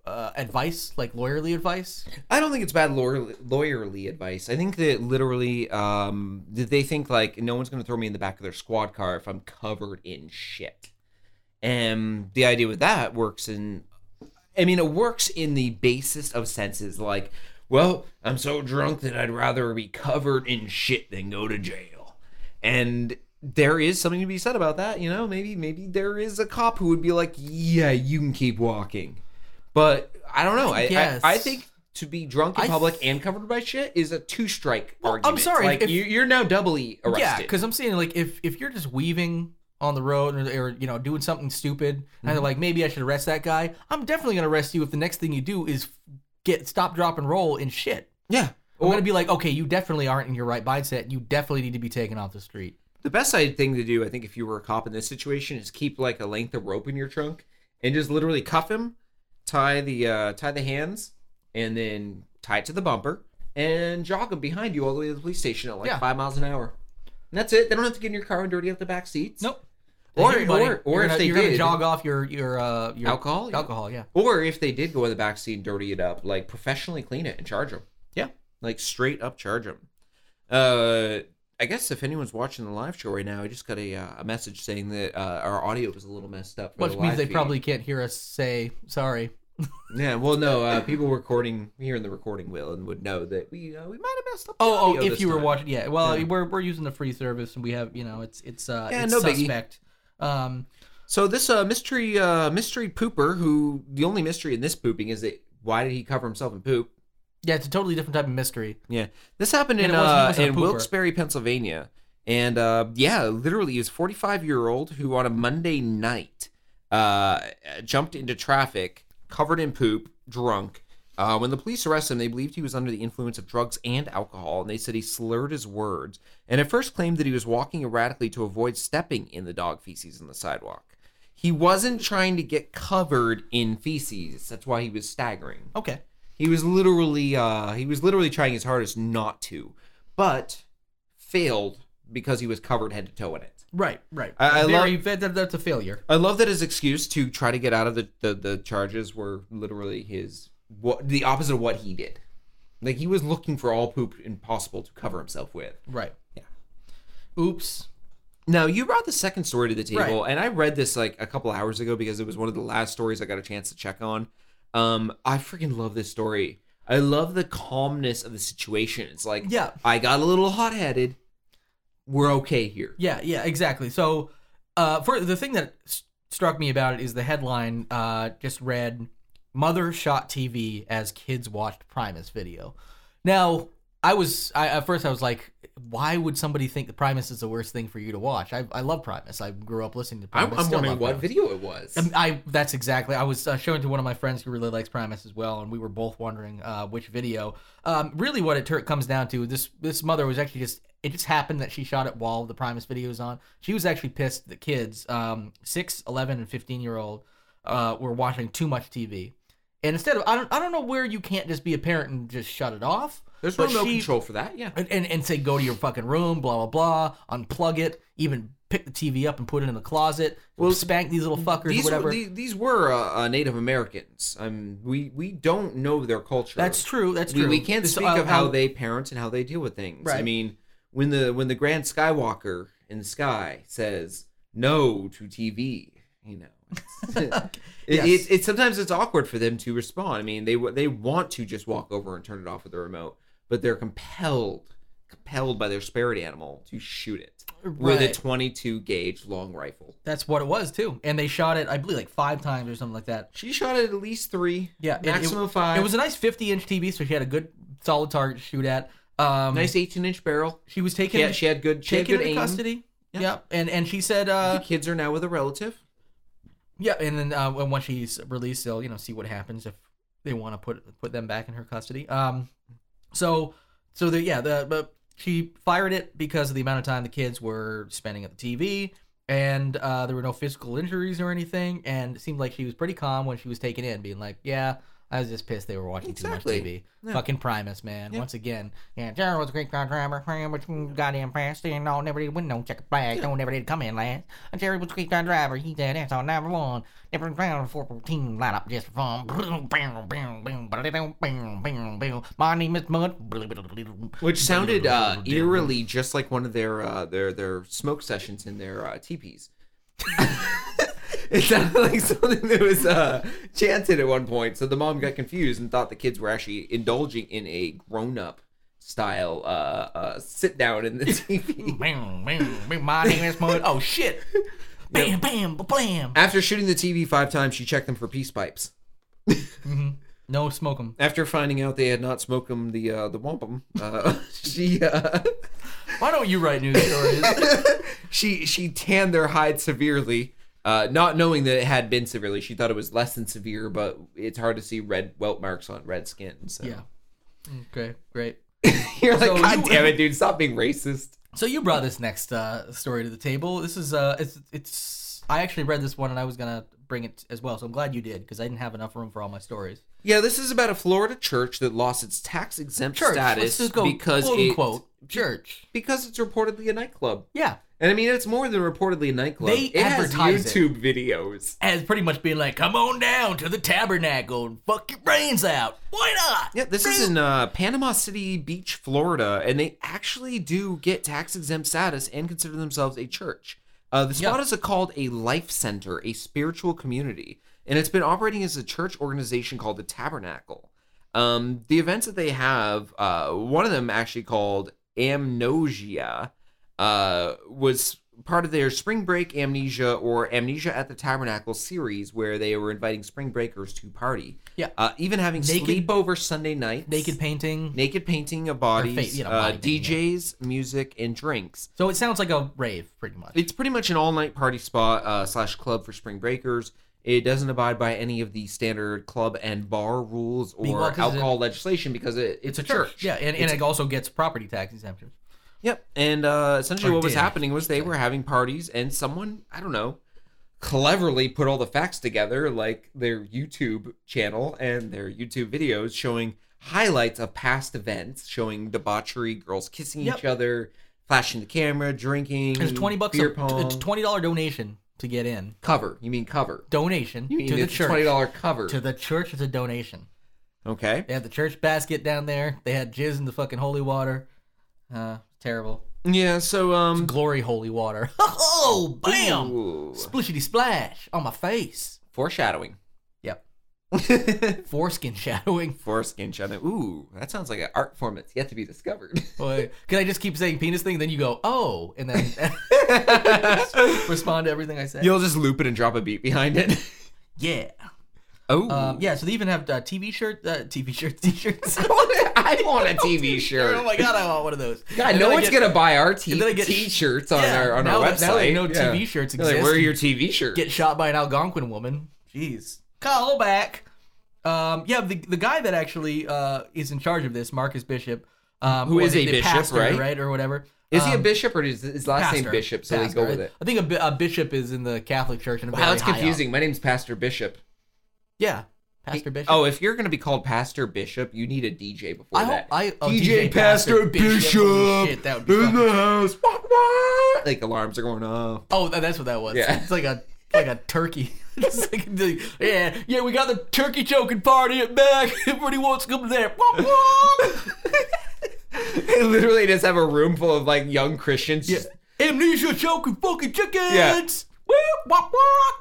D: uh advice like lawyerly advice.
C: I don't think it's bad lawyer- lawyerly advice. I think that literally, um, that they think like no one's going to throw me in the back of their squad car if I'm covered in shit. And the idea with that works in, I mean, it works in the basest of senses. Like, well, I'm so drunk that I'd rather be covered in shit than go to jail. And there is something to be said about that. You know, maybe maybe there is a cop who would be like, "Yeah, you can keep walking," but I don't know. I I,
D: guess.
C: I, think to be drunk in
D: I th-
C: public and covered by shit is a two strike
D: Well, I'm
C: argument.
D: sorry,
C: like
D: if-
C: you, you're now doubly arrested.
D: Yeah, because I'm seeing like if if you're just weaving on the road or, or you know doing something stupid and they're like maybe I should arrest that guy, I'm definitely gonna arrest you if the next thing you do is get stop, drop, and roll in shit.
C: yeah.
D: I'm gonna be like, okay, you definitely aren't in your right mindset. You definitely need to be taken off the street.
C: The best side thing to do, I think, if you were a cop in this situation, is keep like a length of rope in your trunk and just literally cuff him, tie the uh, tie the hands, and then tie it to the bumper and jog him behind you all the way to the police station at like
D: Yeah.
C: five miles an hour. And that's it. They don't have to get in your car and dirty up the back seats.
D: Nope.
C: Or
D: Hey, buddy,
C: or, or
D: you're
C: if
D: gonna,
C: they
D: you're
C: did,
D: gonna jog off your your uh your
C: Alcohol, yeah.
D: alcohol, yeah.
C: or if they did go in the back seat and dirty it up, like professionally clean it and charge them. Yeah, like straight up charge them. Uh, I guess if anyone's watching the live show right now, I just got a, uh, a message saying that uh, our audio was a little messed up. for
D: Which
C: the
D: means
C: live
D: they
C: feed.
D: probably can't hear us say sorry.
C: yeah. Well, no, uh, people recording here in the recording will and would know that we uh, we might have messed up. the
D: Oh, oh,
C: audio
D: if
C: this
D: you were
C: time.
D: watching, yeah. Well,
C: Yeah.
D: we're we're using the free service, and we have you know it's it's uh
C: Yeah,
D: it's
C: no biggie.
D: suspect. Um,
C: So this uh, mystery uh, mystery pooper, who the only mystery in this pooping is that why did he cover himself in poop?
D: yeah, it's a totally different type of mystery.
C: Yeah, this happened
D: And
C: in
D: it wasn't- he
C: uh,
D: wasn't a
C: in
D: pooper.
C: Wilkes-Barre, Pennsylvania, and uh, yeah, literally, he's a 45-year-old who on a Monday night uh, jumped into traffic, covered in poop, drunk. Uh, when the police arrested him, they believed he was under the influence of drugs and alcohol, and they said he slurred his words, and at first claimed that he was walking erratically to avoid stepping in the dog feces on the sidewalk. He wasn't trying to get covered in feces. That's why he was staggering.
D: Okay,
C: He was literally uh he was literally trying his hardest not to, but failed because he was covered head to toe in it.
D: right, right.
C: I- I
D: Very-
C: love-
D: that, that- that's a failure.
C: I love that his excuse to try to get out of the the, the charges were literally his what the opposite of what he did. Like he was looking for all poop impossible to cover himself with.
D: Right.
C: Yeah.
D: Oops.
C: Now you brought the second story to the table,
D: Right.
C: and I read this like a couple hours ago because it was one of the last stories I got a chance to check on. Um, I freaking love this story. I love the calmness of the situation. It's like,
D: Yeah.
C: I got a little hot headed. We're okay here.
D: Yeah, yeah, exactly. So, uh, for the thing that s- struck me about it is the headline. Uh, just read, "Mother shot TV as kids watched Primus video." Now, I was I, at first I was like, "Why would somebody think the Primus is the worst thing for you to watch?" I, I love Primus. I grew up listening to
C: I'm,
D: Primus.
C: I'm
D: still
C: wondering
D: love
C: what
D: Primus.
C: video it was.
D: Um, I that's exactly. I was uh, showing to one of my friends who really likes Primus as well, and we were both wondering uh, which video. Um, really, what it tur comes down to this this mother was actually just it just happened that she shot it while the Primus video was on. She was actually pissed that kids, um, six, 11, and fifteen year old, uh, were watching too much TV. And instead of I don't I don't know where you can't just be a parent and just shut it off.
C: There's no,
D: but
C: no
D: she-
C: control for that. Yeah.
D: and, and and say go to your fucking room, blah blah blah, unplug it, even pick the TV up and put it in the closet, well, spank these little fuckers,
C: These,
D: or whatever.
C: these these were uh, uh, Native Americans. Um, we we don't know their culture.
D: That's true. That's
C: we,
D: true.
C: we can't
D: So,
C: speak
D: uh,
C: of how they parent and how they deal with things. I
D: Right.
C: mean, when the when the Grand Skywalker in the sky says no to TV, you know, it's, it,
D: Yes.
C: it, it sometimes it's awkward for them to respond. I mean, they wa- they want to just walk over and turn it off with the remote, but they're compelled compelled by their spirit animal to shoot it with a
D: Right.
C: 22 gauge long rifle.
D: That's what it was too, and they shot it, I believe, like five times or something like that.
C: She shot it at least three.
D: Yeah, it- it-
C: maximum five.
D: It was a nice 50-inch TV, so she had a good, solid target to shoot at. Um,
C: nice 18 inch barrel.
D: She was taken.
C: She had, she had good. She had
D: taken
C: good
D: into
C: aim.
D: custody.
C: Yeah.
D: Yeah. and and she said,
C: The
D: uh,
C: kids are now with a relative.
D: yeah, and then uh, when once she's released, they'll you know see what happens if they want to put put them back in her custody. Um, so so the yeah the but she fired it because of the amount of time the kids were spending at the TV, and uh, there were no physical injuries or anything, and it seemed like she was pretty calm when she was taken in, being like, yeah. I was just pissed they were watching
C: Exactly.
D: too much TV.
C: Yeah.
D: Fucking Primus, man. Once again, yeah, Jared was a great car driver, friend, but you goddamn fast, and all never did win no check bag, no never did come in last. And Jared was a great car driver, he said that's all number one. Never round four fourteen light up just for fun. My name is Mud.
C: which sounded uh, eerily just like one of their uh, their their smoke sessions in their uh, teepees. it sounded like something that was uh, chanted at one point, so the mom got confused and thought the kids were actually indulging in a grown up style uh, uh, sit down in the TV.
D: Bam, bam, bam, my name is Mud. Oh shit! Bam, bam, ba- blam.
C: After shooting the TV five times, she checked them for peace pipes.
D: No, smoke 'em.
C: After finding out they had not smoked them the uh, the wampum, uh, she uh,
D: Why don't you write news stories?
C: she she tanned their hide severely, uh, not knowing that it had been severely. She thought it was less than severe, but it's hard to see red welt marks on red skin. So
D: yeah. Okay, great.
C: you're like,
D: So you-
C: God damn it, dude, stop being racist.
D: So you brought this next uh, story to the table. This is uh, it's it's. I actually read this one and I was gonna bring it as well, so I'm glad you did because I didn't have enough room for all my stories.
C: Yeah, this is about a Florida church that lost its tax exempt
D: Church.
C: status
D: let's just go
C: because
D: quote
C: it-
D: unquote church.
C: because it's reportedly a nightclub.
D: Yeah,
C: And I mean, it's more than reportedly a nightclub.
D: They
C: it has
D: advertise it.
C: YouTube videos.
D: as pretty much being like, come on down to the tabernacle and fuck your brains out. Why not?
C: Yeah, this is in uh, Panama City Beach, Florida, and they actually do get tax exempt status and consider themselves a church. Uh, the spot
D: Yeah.
C: is called a life center, a spiritual community, and it's been operating as a church organization called the Tabernacle. Um, the events that they have, uh, one of them actually called Amnosia, uh, was part of their Spring Break Amnesia or Amnesia at the Tabernacle series, where they were inviting spring breakers to party.
D: Yeah.
C: uh, even having
D: Naked-
C: sleepover Sunday nights,
D: naked painting.
C: naked painting of
D: Or
C: bodies,
D: fa- you know,
C: uh,
D: body painting, yeah.
C: DJs, music, and drinks.
D: So it sounds like a rave, pretty much.
C: It's pretty much an all-night party spot uh, slash club for spring breakers. It doesn't abide by any of the standard club and bar rules or
D: Be- well, 'cause it-
C: alcohol legislation because it, it's, a church.
D: Yeah, and, and it also gets property tax exemption.
C: Yep. And uh, essentially,
D: Or
C: what was
D: did.
C: happening was they were having parties, and someone I don't know cleverly put all the facts together, like their YouTube channel and their YouTube videos showing highlights of past events, showing debauchery, girls kissing
D: Yep.
C: each other, flashing the camera, drinking.
D: It's twenty bucks.
C: beer
D: A, it's
C: pong.
D: twenty dollar donation to get in.
C: cover. You mean cover?
D: Donation
C: You mean
D: to the
C: it's a twenty
D: church.
C: dollar cover?
D: To the church, it's a donation.
C: okay.
D: They had the church basket down there. They had jizz in the fucking holy water. Uh, terrible.
C: Yeah. So um.
D: Glory holy water. oh, bam!
C: ooh,
D: Splishity splash on my face.
C: foreshadowing.
D: Yep. Foreskin shadowing.
C: Foreskin shadow. Ooh, that sounds like an art form that's yet to be discovered.
D: Boy, Can I just keep saying penis thing? Then you go, oh, and then respond to everything I say.
C: You'll just loop it and drop a beat behind it.
D: Yeah.
C: Oh,
D: Um, yeah, so they even have uh, TV shirt, uh, TV shirts, t-shirts.
C: I want a TV
D: oh
C: shirt.
D: my god, I want one of those.
C: God,
D: And
C: no
D: then I
C: one's
D: get-
C: gonna buy our t-
D: and then I get-
C: t-shirts on
D: Yeah,
C: our on
D: now
C: our
D: that-
C: website.
D: now that no TV shirts
C: They're Like,
D: exist.
C: Where are your TV shirts?
D: get shot by an Algonquin woman. Jeez. Call back. Um, yeah, the, the guy that actually uh, is in charge of this, Marcus Bishop, um,
C: Who
D: or
C: is
D: the-
C: a
D: the
C: bishop,
D: pastor,
C: right?
D: right, or whatever.
C: is he a
D: Um,
C: bishop or is his last name
D: pastor.
C: Bishop? So we
D: Pastor,
C: go with
D: right?
C: it.
D: I think a, bi- a bishop is in the Catholic Church, and a
C: Wow,
D: very
C: that's
D: high up.
C: confusing. My name's Pastor Bishop.
D: Yeah, Pastor Bishop.
C: Oh, if you're gonna be called Pastor Bishop, you need a DJ before
D: I hope
C: that.
D: I oh,
C: DJ, Pastor Bishop,
D: Holy shit, that would be
C: in
D: fucking-
C: the house. Wah, wah. Like alarms are going off.
D: Oh, tha- that's what that was.
C: Yeah.
D: It's like a like a turkey. It's like the- yeah, yeah, we got the turkey choking party at back. Everybody wants to come to that. Womp womp.
C: They literally just have a room full of like young Christians.
D: yeah.
C: just,
D: Amnesia choking fucking chickens. Yeah. Womp womp.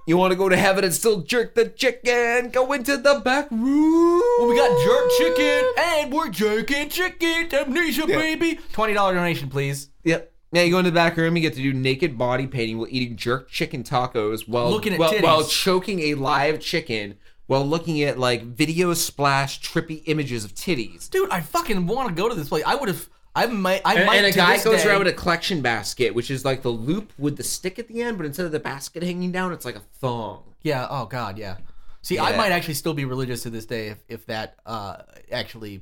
C: You want to go to heaven and still jerk the chicken? Go into the back room.
D: We got jerk chicken and we're jerking chicken. Amnesia baby. Twenty dollar donation, please.
C: Yep. Now you go into the back room. You get to do naked body painting while eating jerk chicken tacos while
D: Looking at
C: while,
D: titties.
C: while choking a live chicken while looking at like video splash trippy images of titties.
D: Dude, I fucking want to go to this place. I would have. I might. I
C: And,
D: might.
C: and a
D: to
C: guy
D: this
C: goes
D: day-
C: around with a collection basket, which is like the loop with the stick at the end, but instead of the basket hanging down, it's like a thong.
D: Yeah. Oh God. Yeah. See,
C: Yeah.
D: I might actually still be religious to this day if, if that uh, actually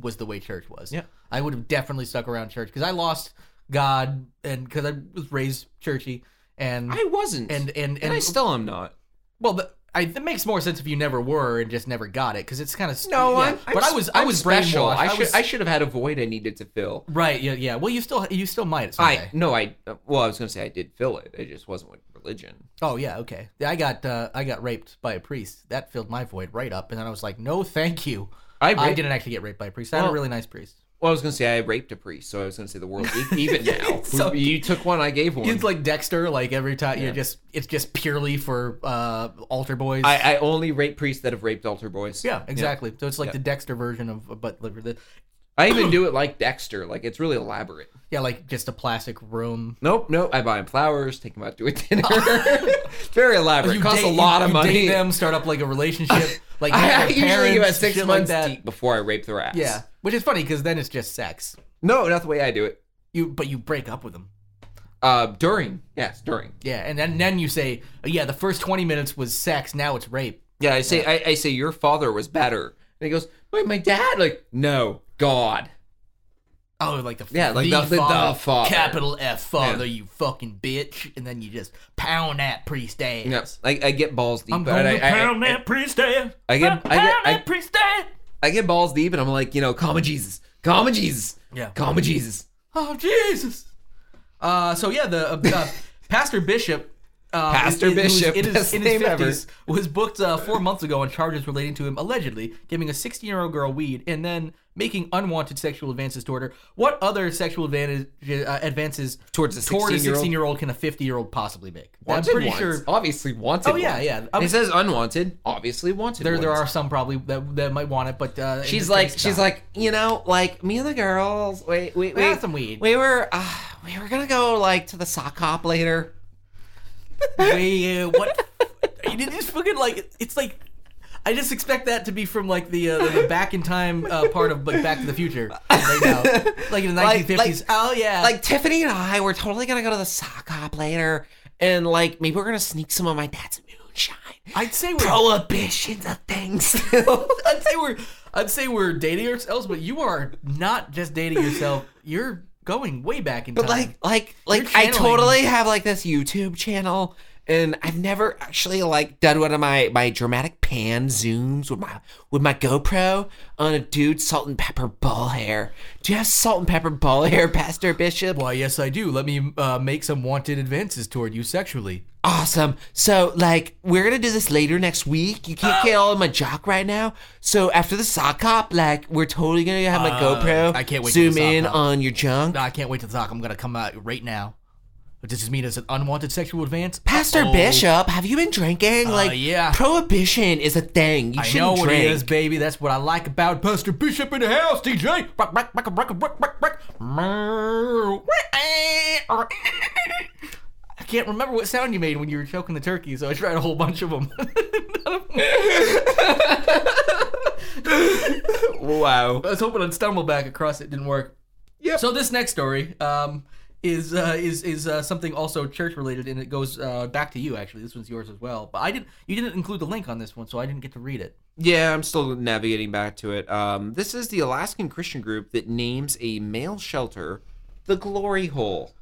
D: was the way church was.
C: Yeah.
D: I would have definitely stuck around church because I lost God and because I was raised churchy and
C: I wasn't,
D: and and
C: and I still am not.
D: well. The, I, it makes more sense if you never were and just never got it because it's kind of
C: No,
D: yeah.
C: I'm, Oh, I'm
D: but I
C: s-
D: was I
C: I'm
D: was
C: special.
D: brainwashed.
C: I should
D: was-
C: I should have had a void I needed to fill.
D: right yeah yeah well you still you still might someday.
C: I no, I well, I was gonna say I did fill it. It just wasn't with religion.
D: Oh yeah, okay. I got uh, I got raped by a priest. That filled my void right up, and then I was like, no, thank you.
C: I
D: I,
C: raped-
D: didn't actually get raped by a priest. I had
C: Well-
D: a really nice priest.
C: Well, I was gonna say I raped a priest, so I was gonna say the world e- even now.
D: So-
C: you took one, I gave one.
D: It's like Dexter. Like every time
C: Yeah.
D: you're just it's just purely for uh, altar boys.
C: I, I only rape priests that have raped altar boys.
D: yeah, exactly. So it's like
C: Yeah.
D: the Dexter version of but like, the
C: I even do it like Dexter. Like it's really elaborate.
D: Yeah, like just a plastic room.
C: Nope, nope. I buy him flowers, take him out to a dinner. Very elaborate. costs
D: date-
C: a lot
D: you-
C: of
D: you date
C: money.
D: them, start up like a relationship. Like
C: I, I
D: have their
C: usually give
D: parents,
C: it six
D: shit
C: months
D: like that.
C: deep before I rape their ass.
D: Yeah, which is funny because then it's just sex.
C: No, not the way I do it.
D: You but you break up with them.
C: Uh, during. Yes, during.
D: Yeah, and then then you say, oh, yeah, the first twenty minutes was sex. Now it's rape.
C: Yeah, I say I, I say your father was better. And he goes, Wait, my dad? Like, no, God.
D: Oh, like the
C: Yeah, like the- the- the father.
D: capital F father, you fucking bitch, and then you just pound that priest ass.
C: Yes. I, I get balls deep.
D: I'm
C: but
D: gonna
C: I, I-
D: pound
C: I,
D: that priest ass.
C: I get-
D: I'm
C: I get-
D: pound
C: I-
D: that priest ass.
C: I get balls deep and I'm like, you know, calm it, Jesus. Calm it, Jesus.
D: Yeah.
C: Calm it, Jesus.
D: Oh Jesus! Uh, so yeah, the uh, uh, Pastor Bishop, uh,
C: Pastor
D: who's- who's
C: Bishop,
D: in his,
C: best
D: in his
C: name ever.
D: 50s, was booked uh, four months ago on charges relating to him allegedly giving a 16-year-old girl weed and then making unwanted sexual advances toward her. What other sexual advantage, uh, advances
C: Towards a
D: toward a
C: 16-year-old?
D: 16-year-old can a 50-year-old possibly make?
C: Wanted
D: I'm pretty
C: ones.
D: sure
C: Obviously wanted.
D: Oh, yeah,
C: ones.
D: yeah.
C: And it says unwanted. Obviously wanted.
D: there there
C: ones.
D: are some probably that, that might want it, but uh, in
C: She's
D: this
C: like,
D: case,
C: she's
D: not.
C: like, you know, like me and the girls. Wait, wait,
D: We
C: wait.
D: had some weed.
C: We were, uh, we were gonna go like to the sock hop later.
D: Wait, uh, what? You didn't just fucking like. It's like I just expect that to be from like the uh, the back in time uh, part of like Back to the Future right now, like in the
C: Like-
D: 1950s.
C: like-
D: oh yeah,
C: Like Tiffany and I were totally gonna go to the sock hop later, and like maybe we're gonna sneak some of my dad's moonshine.
D: I'd say we're
C: Prohibition's a thing still.
D: I'd say we're I'd say we're dating ourselves, but you are not just dating yourself. You're going way back in
C: But
D: time.
C: like, like, like, I
D: channeling.
C: totally have like this YouTube channel, and I've never actually like done one of my my dramatic pan zooms with my with my GoPro on a dude's salt and pepper ball hair. Do you have salt and pepper ball hair, Pastor Bishop?
D: why? Yes, I do. Let me uh, make some wanted advances toward you sexually.
C: Awesome. So like, we're gonna do this later next week. You can't get all in my jock right now. So after the sock hop, like, we're totally gonna have my GoPro.
D: I can't wait till the
C: Zoom
D: sock
C: in
D: hop.
C: on your junk.
D: No, I can't wait to talk. I'm gonna come out right now. But does this mean it's an unwanted sexual advance? Oh,
C: Pastor
D: Uh-oh.
C: Bishop, have you been drinking? like,
D: Uh, yeah.
C: prohibition is a thing. You
D: I know
C: shouldn't
D: what
C: drink.
D: it is, baby. That's what I like about Pastor Bishop in the house, DJ. Ruck, ruck, ruck, ruck, ruck, ruck, ruck. I can't remember what sound you made when you were choking the turkey, so I tried a whole bunch of them.
C: Wow.
D: I was hoping I'd stumble back across it. Didn't work. Yeah. So this next story um, is uh, is is uh, something also church related, and it goes uh, back to you actually. This one's yours as well, but I didn't. You didn't include the link on this one, so I didn't get to read it.
C: Yeah, I'm still navigating back to it. Um, this is the Alaskan Christian group that names a male shelter the Glory Hole.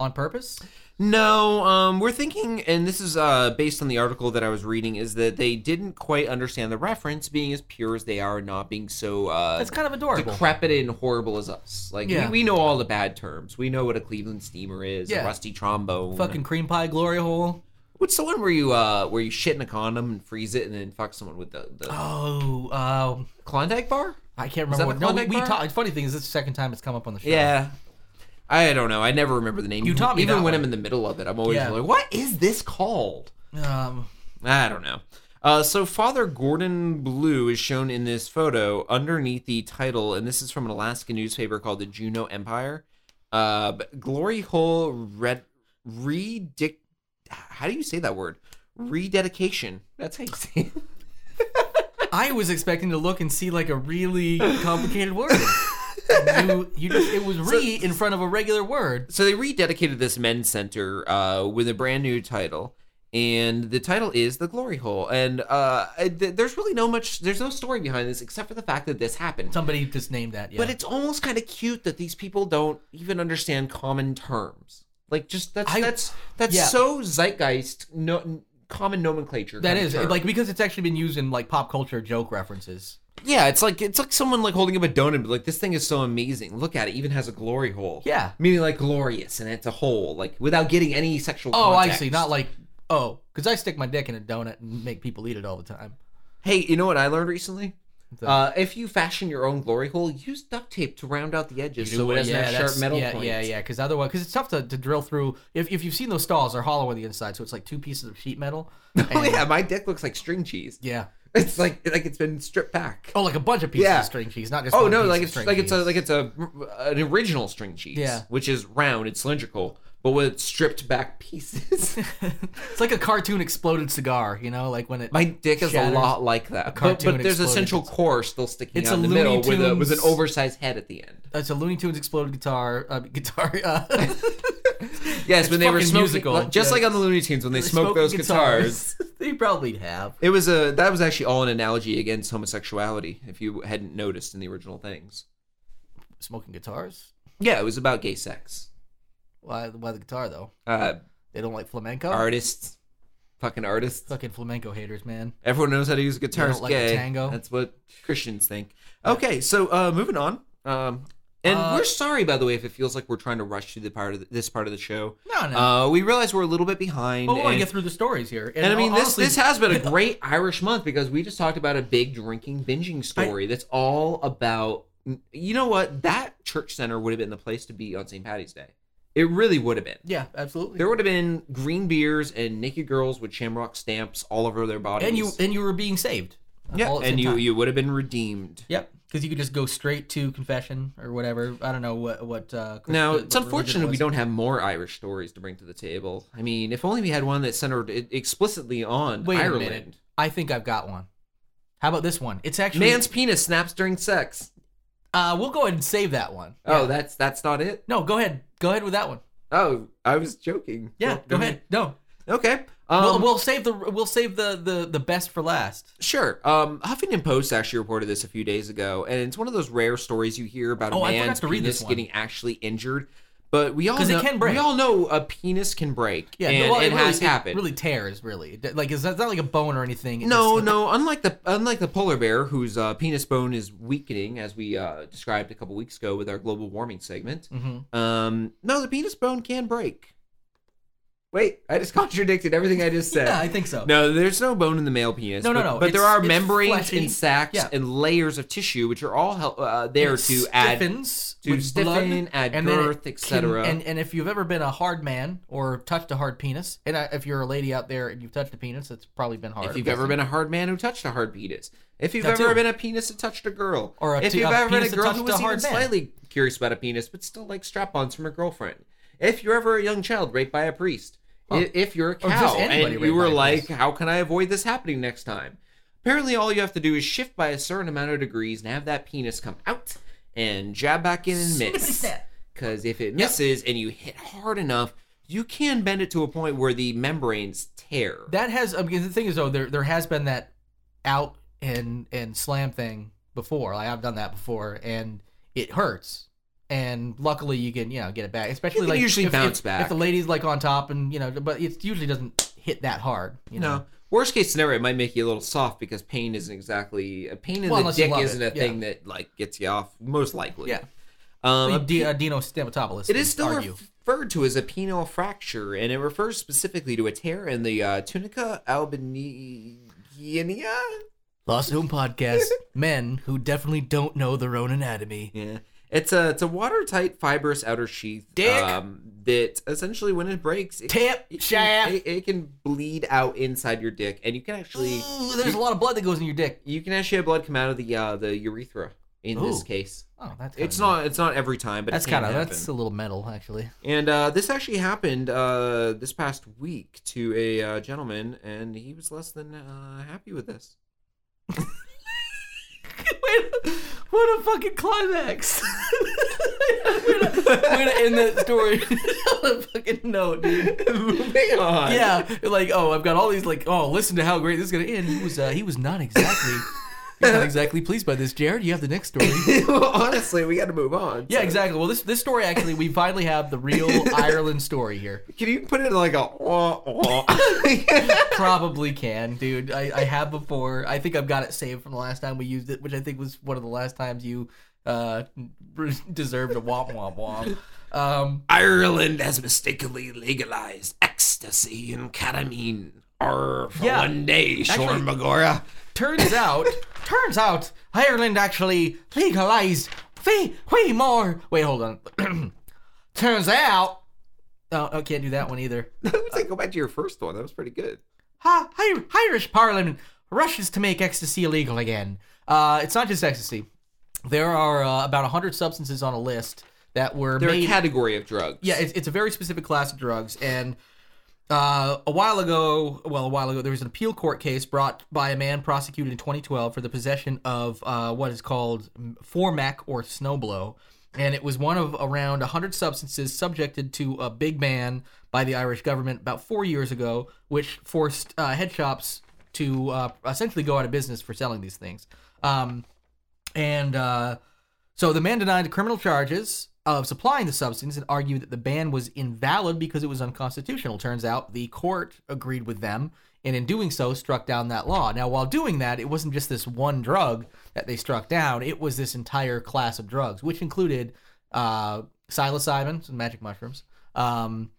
D: On purpose?
C: No, um, we're thinking, and this is uh, based on the article that I was reading, is that they didn't quite understand the reference, being as pure as they are, not being so uh,
D: That's kind of adorable.
C: decrepit and horrible as us. Like
D: Yeah.
C: we, we know all the bad terms. We know what a Cleveland steamer is,
D: Yeah.
C: a rusty trombone,
D: Fucking cream pie glory hole.
C: What's the one where you uh where you shit in a condom and freeze it and then fuck someone with the, the
D: Oh, uh,
C: Klondike bar?
D: I can't
C: that
D: remember.
C: the
D: What, no, we,
C: Klondike
D: we
C: bar?
D: talked. Funny thing is, this is the second time it's come up on the show.
C: Yeah. I don't know. I never remember the name.
D: You taught me
C: even
D: that
C: when
D: one.
C: I'm in the middle of it. I'm always
D: Yeah.
C: like, what is this called?
D: Um,
C: I don't know. Uh, so Father Gordon Blue is shown in this photo underneath the title, and this is from an Alaska newspaper called the Juno Empire. Uh, but Glory Hole Red Redic. How do you say that word? Rededication. That's how you say it.
D: I was expecting to look and see like a really complicated word. you, you just, it was re in front of a regular word.
C: so they rededicated this men's center uh, with a brand new title and the title is the glory hole and uh, I- th- there's really no much there's no story behind this except for the fact that this happened
D: Somebody just named that. Yeah.
C: but it's almost kind of cute that these people don't even understand common terms like just that's
D: I-
C: that's that's
D: yeah.
C: so zeitgeist no n- common nomenclature
D: that
C: kind of
D: is
C: term.
D: like because it's actually been used in like pop culture joke references.
C: yeah it's like it's like someone like holding up a donut but like this thing is so amazing look at it even has a glory hole
D: Yeah.
C: meaning like glorious and it's a hole like without getting any sexual
D: Oh, I
C: context.
D: see. Not like oh, because I stick my dick in a donut and make people eat it all the time.
C: Hey, you know what I learned recently? Uh, if you fashion your own glory hole, use duct tape to round out the edges so it doesn't have sharp
D: that's-
C: metal
D: yeah,
C: points.
D: Yeah, yeah, because otherwise, because it's tough to, to drill through. If, if you've seen those stalls, they're hollow on the inside, so it's like two pieces of sheet metal.
C: Oh yeah, my dick looks like string cheese.
D: Yeah,
C: It's like like it's been stripped back.
D: Oh, like a bunch of pieces
C: Yeah.
D: of string cheese, not just.
C: Oh
D: one
C: no,
D: piece
C: like
D: of
C: it's
D: string
C: like it's a
D: cheese.
C: like it's a an original string cheese,
D: Yeah.
C: which is round, it's cylindrical, but with stripped back pieces.
D: it's like a cartoon exploded cigar, you know, like when it
C: My dick is
D: shatters.
C: a lot like that. But,
D: cartoon
C: but there's a
D: exploded.
C: central core still sticking
D: It's
C: out in
D: a
C: the
D: Looney
C: middle with a with an
D: Tunes-
C: oversized head at the end.
D: Uh, It's a Looney Tunes exploded guitar, uh, guitar. Uh,
C: Yes, when they were
D: fucking
C: smoking,
D: musical.
C: like- just
D: Yeah.
C: like on the Looney Tunes when they, smoked
D: smoking
C: those guitars.
D: they probably have.
C: It was a that was actually all an analogy against homosexuality, if you hadn't noticed in the original things.
D: Smoking guitars?
C: Yeah, it was about gay sex.
D: Why, why the guitar, though?
C: Uh,
D: They don't like flamenco?
C: Artists, fucking artists.
D: Fucking flamenco haters, man.
C: Everyone knows how to use a guitar.
D: They
C: It's
D: don't like a
C: gay.
D: tango.
C: That's what Christians think. Okay, so uh, moving on. Um, and
D: Uh,
C: we're sorry, by the way, if it feels like we're trying to rush through the part of the, this part of the show.
D: No, no.
C: Uh, we realize we're a little bit behind.
D: but we want to
C: and-
D: get through the stories here.
C: And, I mean, this
D: honestly-
C: this has been a great Irish month because we just talked about a big drinking, binging story that's all about. You know what? That church center would have been the place to be on St. Patty's Day. It really would have been.
D: Yeah, absolutely.
C: There would have been green beers and naked girls with shamrock stamps all over their bodies.
D: and you and you were being saved.
C: yeah,
D: all at the
C: and
D: same
C: you
D: time.
C: you would have been redeemed.
D: Yep, because you could just go straight to confession or whatever. I don't know what what. Uh, Christian-
C: Now
D: what
C: it's
D: religion it
C: unfortunate we
D: was.
C: don't have more Irish stories to bring to the table. I mean, if only we had one that centered i- explicitly on
D: Wait
C: Ireland.
D: a minute. I think I've got one. How about this one? It's actually
C: Man's penis snaps during sex.
D: Uh, we'll go ahead and save that one.
C: Oh, that's that's not it.
D: No, go ahead. Go ahead with that one.
C: Oh, I was joking.
D: Yeah, go, ahead. No,
C: Okay. Um,
D: we'll, we'll save the we'll save the the the best for last.
C: sure. Um, Huffington Post actually reported this a few days ago, and it's one of those rare stories you hear about a
D: Oh, I forgot
C: man's
D: to read this
C: penis
D: one.
C: getting actually injured. But we all
D: 'Cause it
C: know,
D: can break.
C: we all know a penis can break.
D: Yeah,
C: and
D: well,
C: it,
D: really,
C: has happened.
D: Really tears, really. D- Like it's not, it's not like a bone or anything. It's
C: no,
D: just-
C: no. Unlike the unlike the polar bear, whose uh, penis bone is weakening, as we uh, described a couple weeks ago with our global warming segment.
D: Mhm.
C: Um, no, the penis bone can break. Wait, I just contradicted everything I just said.
D: Yeah, I think so.
C: No, there's no bone in the male penis.
D: No, no,
C: but-
D: no.
C: But, there
D: It's-
C: are
D: it's
C: membranes
D: fleshy.
C: and sacs
D: Yeah.
C: and layers of tissue, which are all hel- uh, there
D: It
C: to add.
D: stiffens
C: to
D: with
C: stiffen,
D: blood,
C: add
D: and then it
C: girth,
D: can-
C: etc..
D: And and if you've ever been a hard man or touched a hard penis, and I, if you're a lady out there and you've touched a penis, it's probably been hard.
C: If you've ever been a hard man who touched a hard penis, if you've
D: That
C: ever
D: too.
C: been a penis that touched a girl,
D: Or a
C: if
D: t-
C: you've
D: a
C: ever been a
D: penis that
C: girl who
D: touched
C: was
D: a
C: even
D: hard man.
C: slightly curious about a penis but still likes strap-ons from her girlfriend, if you're ever a young child raped by a priest, i- if, you're a
D: Or just
C: cow and
D: anybody
C: you
D: raped by
C: were
D: a
C: like,
D: priest.
C: how can I avoid this happening next time? Apparently, all you have to do is shift by a certain amount of degrees and have that penis come out and jab back in and miss. Because if it misses and you hit hard enough, you can bend it to a point where the membranes tear.
D: that has I mean, the thing is though there there has been that out and and slam thing before. Like I've done that before, and it hurts. And luckily, you can you know get it back. Especially
C: can
D: like
C: usually
D: if,
C: bounce
D: if,
C: back.
D: if the lady's like on top, and you know, but it usually doesn't hit that hard. You know,
C: No. Worst case scenario, it might make you a little soft because pain isn't exactly a pain in
D: Well,
C: the
D: unless you
C: dick
D: love
C: isn't
D: it,
C: a
D: yeah.
C: thing that like gets you off most likely.
D: Yeah.
C: Um, a
D: D-
C: pe-
D: uh, Dino Stamatopoulos.
C: it is still
D: argue.
C: referred to as a penile fracture, and it refers specifically to a tear in the uh, tunica albanigenia.
D: Lost Home Podcast. men who definitely don't know their own anatomy.
C: Yeah, it's a it's a watertight fibrous outer sheath
D: Dick.
C: um, that essentially when it breaks, it,
D: Tip,
C: it, can,
D: shaft.
C: it, it can bleed out inside your dick, and you can actually
D: Ooh, there's a lot of blood that goes in your dick.
C: you can actually have blood come out of the uh, the urethra in this
D: Ooh.
C: case.
D: Oh, that's kinda
C: It's not. It's not every time, but
D: That's
C: kind of
D: that's a little metal actually.
C: And uh, this actually happened uh, this past week to a uh, gentleman, and he was less than uh, happy with this.
D: Wait, what a fucking climax! We're gonna, we're gonna end that story on a fucking note, dude.
C: Moving on.
D: Yeah, like oh, I've got all these like oh, listen to how great this is gonna end. He was uh, he was not exactly he was not exactly pleased by this. Jared, you have the next story.
C: Honestly, we got to move on.
D: Yeah,
C: So-
D: exactly. Well, this this story actually, we finally have the real Ireland story here.
C: Can you put it in like a? wah, wah?
D: Probably can, dude. I, I have before. I think I've got it saved from the last time we used it, which I think was one of the last times you uh, deserved a womp womp womp. Um,
C: Ireland has mistakenly legalized ecstasy and ketamine. Or for
D: Yeah.
C: one day, Sean Magora.
D: turns out, turns out, Ireland actually legalized way, way more. Wait, hold on. turns out, oh, I can't do that one either.
C: I would say go back to your first one. That was pretty good.
D: Ha, Hi- Irish Parliament Russians to make ecstasy illegal again. Uh, it's not just ecstasy. There are uh, about 100 substances on a list that were
C: They're a
D: made.
C: category of drugs.
D: yeah, it's, it's a very specific class of drugs. And uh, a while ago, well, a while ago, there was an appeal court case brought by a man prosecuted in 2012 for the possession of uh, what is called formac or snowblow. And it was one of around 100 substances subjected to a big ban by the Irish government about four years ago, which forced uh, head shops to uh, essentially go out of business for selling these things. Um, and uh, so the man denied criminal charges of supplying the substance and argued that the ban was invalid because it was unconstitutional. Turns out the court agreed with them and in doing so struck down that law. Now, while doing that, it wasn't just this one drug that they struck down, it was this entire class of drugs, which included uh, psilocybin, some magic mushrooms, um,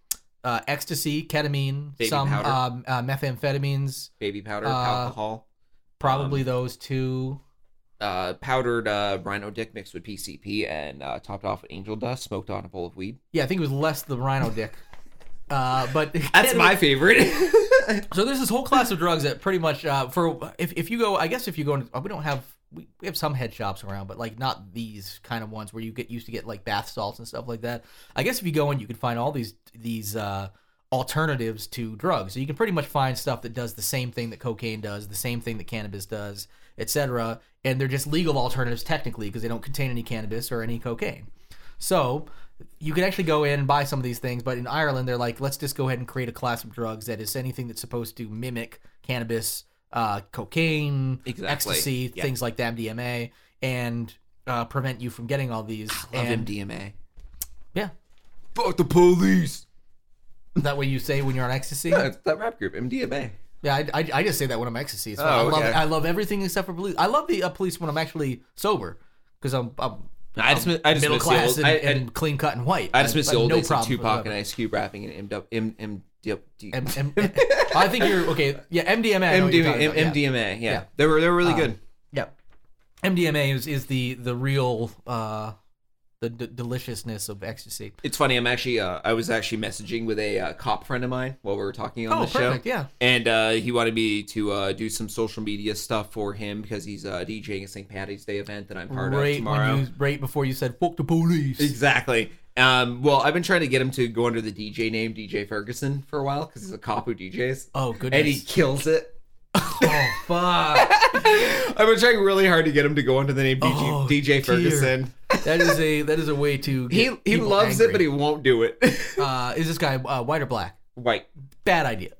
D: uh, ecstasy, ketamine,
C: Baby
D: some
C: powder.
D: um, uh, methamphetamines,
C: Baby powder,
D: Uh,
C: alcohol, Um,
D: probably those two.
C: uh, powdered uh, rhino dick mixed with PCP and uh, topped off with angel dust, smoked on a bowl of weed.
D: Yeah, I think it was less the rhino dick. Uh, but
C: That's my favorite.
D: So there's this whole class of drugs that pretty much uh, for if, if you go, I guess if you go, into, oh, we don't have we, we have some head shops around, but like not these kind of ones where you get used to get like bath salts and stuff like that. I guess if you go in, you can find all these these uh, alternatives to drugs. So you can pretty much find stuff that does the same thing that cocaine does, the same thing that cannabis does, etc. And they're just legal alternatives technically because they don't contain any cannabis or any cocaine. So you can actually go in and buy some of these things, but in Ireland they're like, let's just go ahead and create a class of drugs that is anything that's supposed to mimic cannabis, uh, cocaine,
C: Exactly.
D: ecstasy,
C: Yeah.
D: things like that, MDMA, and uh, prevent you from getting all these. and
C: MDMA.
D: yeah,
C: Fuck the police.
D: that way you say when you're on ecstasy.
C: That's that rap group, MDMA.
D: Yeah, I, I, I just say that when I'm ecstasy. So
C: Oh,
D: I love
C: okay.
D: I love everything except for police. I love the uh, police when I'm actually sober because I'm, I'm
C: I just, I just
D: middle
C: miss
D: class
C: the
D: and,
C: old, I, I-
D: and clean cut and white.
C: I just miss the old
D: no
C: days of
D: problems with
C: Tupac
D: that.
C: and Ice Cube rapping and M, M, M, D, D,
D: M- M- M- I think you're okay. Yeah, MDMA. I know what you're talking
C: MDMA,
D: about, yeah.
C: MDMA. Yeah.
D: Yeah. Um,
C: they were they were really good.
D: Yep. MDMA is, is the the real uh the d- deliciousness of ecstasy.
C: It's funny. I'm actually uh, I was actually messaging with a uh, cop friend of mine while we were talking on
D: Oh,
C: the show.
D: perfect, yeah.
C: and uh, he wanted me to uh, do some social media stuff for him because he's uh, DJing a St. Patty's Day event that I'm part of
D: Right
C: tomorrow.
D: when you right before you said fuck the police.
C: Exactly. Um, well, I've been trying to get him to go under the DJ name DJ Ferguson for a while because he's a cop who DJs.
D: Oh,
C: and he
D: goodness.
C: kills it.
D: oh fuck.
C: I've been trying really hard to get him to go under the name DJ,
D: Oh,
C: DJ Ferguson.
D: that is a that is a way to
C: He
D: get
C: he
D: people
C: loves it, but
D: angry.
C: he won't do it.
D: uh is this guy uh, white or black?
C: White,
D: Bad idea.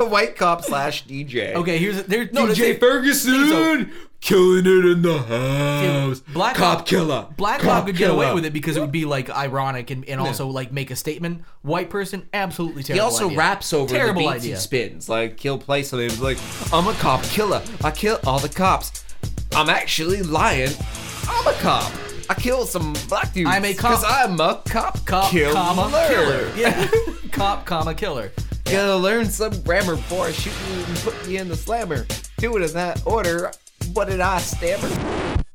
C: white cop slash DJ.
D: Okay, here's there's no
C: DJ
D: that's-
C: Ferguson killing it in the house.
D: Dude, Black
C: cop
D: Hawk-
C: killer.
D: Black
C: cop
D: Bob could get away
C: killer.
D: with it because it would be like ironic and, and also like make a statement. White person, absolutely
C: He
D: terrible.
C: also
D: idea.
C: raps over
D: terrible
C: the beats
D: idea.
C: he spins. Like he'll play something he's like, "I'm a cop killer. I kill all the cops. I'm actually lying. I'm a cop. I kill some black dudes.
D: I'm a cop.
C: Cause I'm a cop.
D: Cop,
C: killer.
D: comma, killer. Yeah, cop, comma, killer.
C: Gonna learn some grammar before I shoot you and put you in the slammer. Do it in that order. What did I stammer?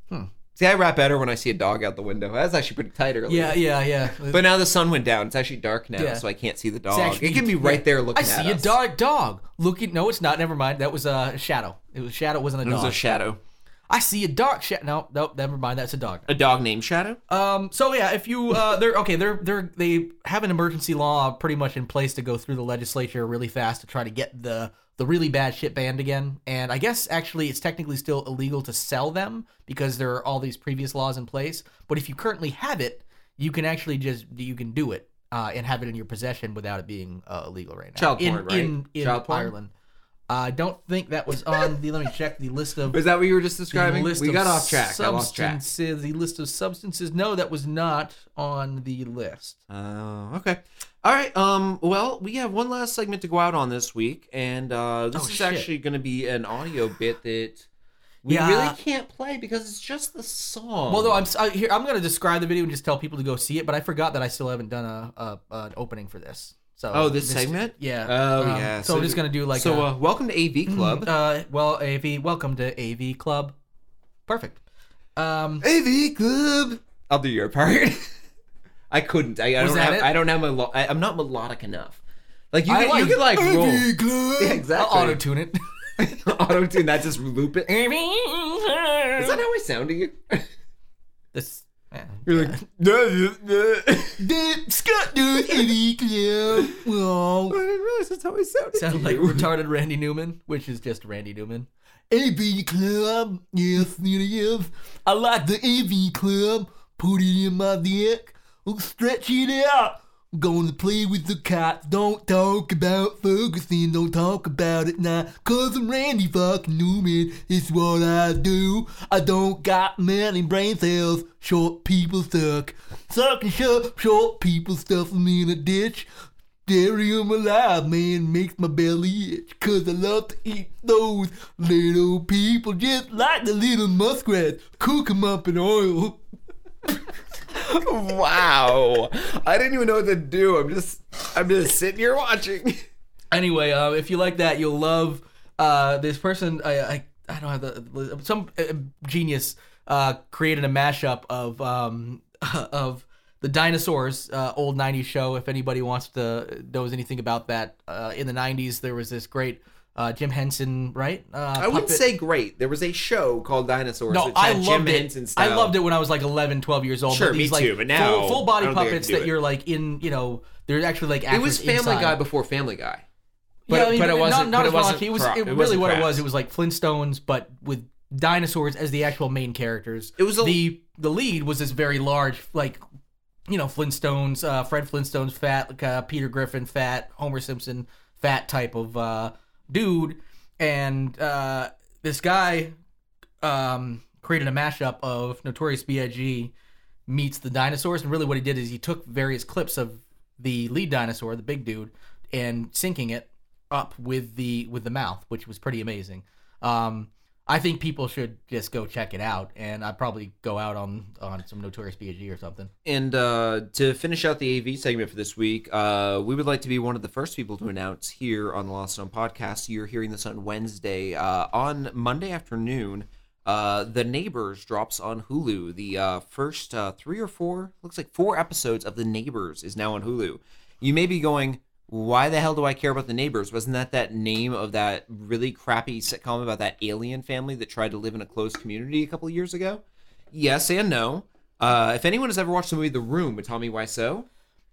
C: Hmm. See, I rap better when I see a dog out the window. That's actually pretty tight earlier.
D: Yeah, yeah, yeah.
C: But now the sun went down. It's actually dark now,
D: Yeah.
C: so I can't see the
D: It's
C: dog.
D: actually-
C: it can be right there looking
D: I
C: at
D: see a
C: us.
D: dark dog looking. No, it's not. Never mind. That was a shadow. It was shadow. It wasn't a
C: It
D: dog.
C: was a shadow.
D: I see a dark shadow. No, no. Never mind. That's a dog.
C: A dog named Shadow?
D: Um. So yeah, if you uh, they're okay. They're they're they have an emergency law pretty much in place to go through the legislature really fast to try to get the the really bad shit banned again. And I guess actually it's technically still illegal to sell them because there are all these previous laws in place. But if you currently have it, you can actually just you can do it uh, and have it in your possession without it being uh, illegal right now.
C: Child
D: in,
C: porn, right?
D: In, in
C: Child porn?
D: Ireland. I don't think that was on the. let me check the list of
C: Is that what you were just
D: the
C: describing?
D: list
C: We
D: of
C: got off track. I lost track.
D: Substances. The list of substances. No, that was not on the list.
C: Oh, okay. All right. Um. Well, we have one last segment to go out on this week, and uh, this
D: Oh,
C: is
D: shit.
C: actually going to be an audio bit that we
D: Yeah.
C: really can't play because it's just the song.
D: Well, though I'm s- I, here, I'm gonna describe the video and just tell people to go see it. But I forgot that I still haven't done a, a an opening for this. So
C: oh, this segment.
D: yeah.
C: Oh,
D: Um,
C: yeah.
D: So, I'm just gonna do like
C: So,
D: a-
C: uh, welcome to AV Club.
D: Uh, well, AV, welcome to AV Club. Perfect. Um,
C: AV Club. I'll do your part. I couldn't. I, I
D: Was
C: don't
D: that
C: have.
D: it?
C: I don't have melo- I, I'm not melodic enough. Like you,
D: I
C: can, you
D: like
C: can like roll.
D: AV Club.
C: Yeah, exactly.
D: I'll auto tune it.
C: Auto tune that just loop it. Is that how I sounded?
D: This. Yeah.
C: You're like,
D: Scott dude, idiot, yeah,
C: I
D: well.
C: didn't realize that's how I sounded.
D: Sound like retarded Randy Newman, which is just Randy Newman. AV Club, yes, yes. I like the AV Club. Put it in my dick. I'll stretch it out. I'm going to play with the cats. Don't talk about focusing. Don't talk about it now. Cause I'm Randy fucking Newman. It's what I do. I don't got many brain cells. Short people suck. Suck and shove. Short people stuff me in a ditch. Dairy I'm alive, man, makes my belly itch. Cause I love to eat those little people, just like the little muskrats. Cook 'em up in oil.
C: wow. I didn't even know what to do. I'm just, I'm just sitting here watching.
D: Anyway, uh, if you like that, you'll love uh, this person. I, I, I don't have the. Some uh, genius uh, created a mashup of um, of the dinosaurs uh, old '90s show. If anybody wants to knows anything about that, uh, in the '90s there was this great uh, Jim Henson, right? Uh,
C: I wouldn't
D: puppet-
C: say great. There was a show called Dinosaurs.
D: No,
C: which
D: I
C: had
D: loved
C: Jim
D: it.
C: Henson style.
D: I loved it when I was like 11, 12 years old.
C: Sure,
D: these,
C: me
D: like,
C: too, but now
D: full, full body
C: I don't think I
D: puppets
C: could do
D: that
C: it.
D: you're like in, you know, they're actually like
C: It
D: actors
C: was Family
D: inside.
C: Guy before Family Guy.
D: Yeah,
F: but-
D: I mean,
F: but it wasn't- but
D: Not, not
F: it
D: as
F: wasn't
D: raunchy. It was
F: crap.
D: it
F: It
D: really
F: wasn't
D: what it
F: crap.
D: was. It was like Flintstones, but with dinosaurs as the actual main characters.
C: It was a-
D: the the lead was this very large, like you know, Flintstones, uh, Fred Flintstone's fat, like, uh, Peter Griffin fat, Homer Simpson fat type of uh, dude, and uh, this guy um, created a mashup of Notorious B.I.G. meets the dinosaurs, and really what he did is he took various clips of the lead dinosaur, the big dude, and syncing it up with the with the mouth, which was pretty amazing. Um, I think people should just go check it out, and I'd probably go out on on some Notorious B.I.G. or something.
C: And uh, to finish out the AV segment for this week, uh, we would like to be one of the first people to announce here on the Lost and Found podcast. You're hearing this on Wednesday. Uh, on Monday afternoon, uh, The Neighbors drops on Hulu. The uh, first uh, three or four, looks like four episodes of The Neighbors is now on Hulu. You may be going, why the hell do I care about The Neighbors? Wasn't that that name of that really crappy sitcom about that alien family that tried to live in a closed community a couple of years ago? Yes and no. Uh, if anyone has ever watched the movie The Room with Tommy Wiseau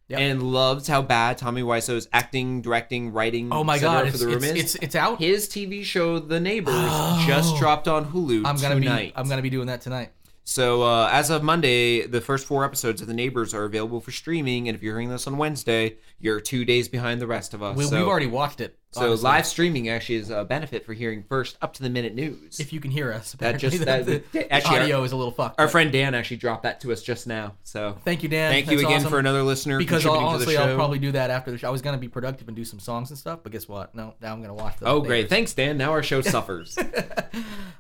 D: Yep.
C: and loves how bad Tommy Wiseau's acting, directing, writing,
D: Oh my
C: et cetera,
D: god,
C: for
D: it's
C: The Room
D: it's,
C: is,
D: it's it's out.
C: his TV show The Neighbors just dropped on Hulu
D: I'm gonna
C: tonight.
D: be I'm gonna be doing that tonight.
C: So uh, as of Monday, the first four episodes of The Neighbors are available for streaming, and if you're hearing this on Wednesday, you're two days behind the rest of us.
D: We,
C: so,
D: we've already watched it.
C: so
D: honestly.
C: live streaming actually is a benefit for hearing first up to the minute news.
D: if you can hear us,
C: That just-
D: apparently,
C: that-
D: the, the
C: actually, our-
D: audio is a little fucked.
C: Our
D: but-
C: friend Dan actually dropped that to us just now. So
D: thank you, Dan.
C: Thank you
D: That's
C: again
D: awesome.
C: for another listener
D: Because I'll,
C: contributing
D: honestly,
C: to the show.
D: I'll probably do that after the show. I was gonna be productive and do some songs and stuff, but guess what? No, now I'm gonna watch the
C: Oh,
D: thing.
C: great. Thanks, Dan. Now our show suffers.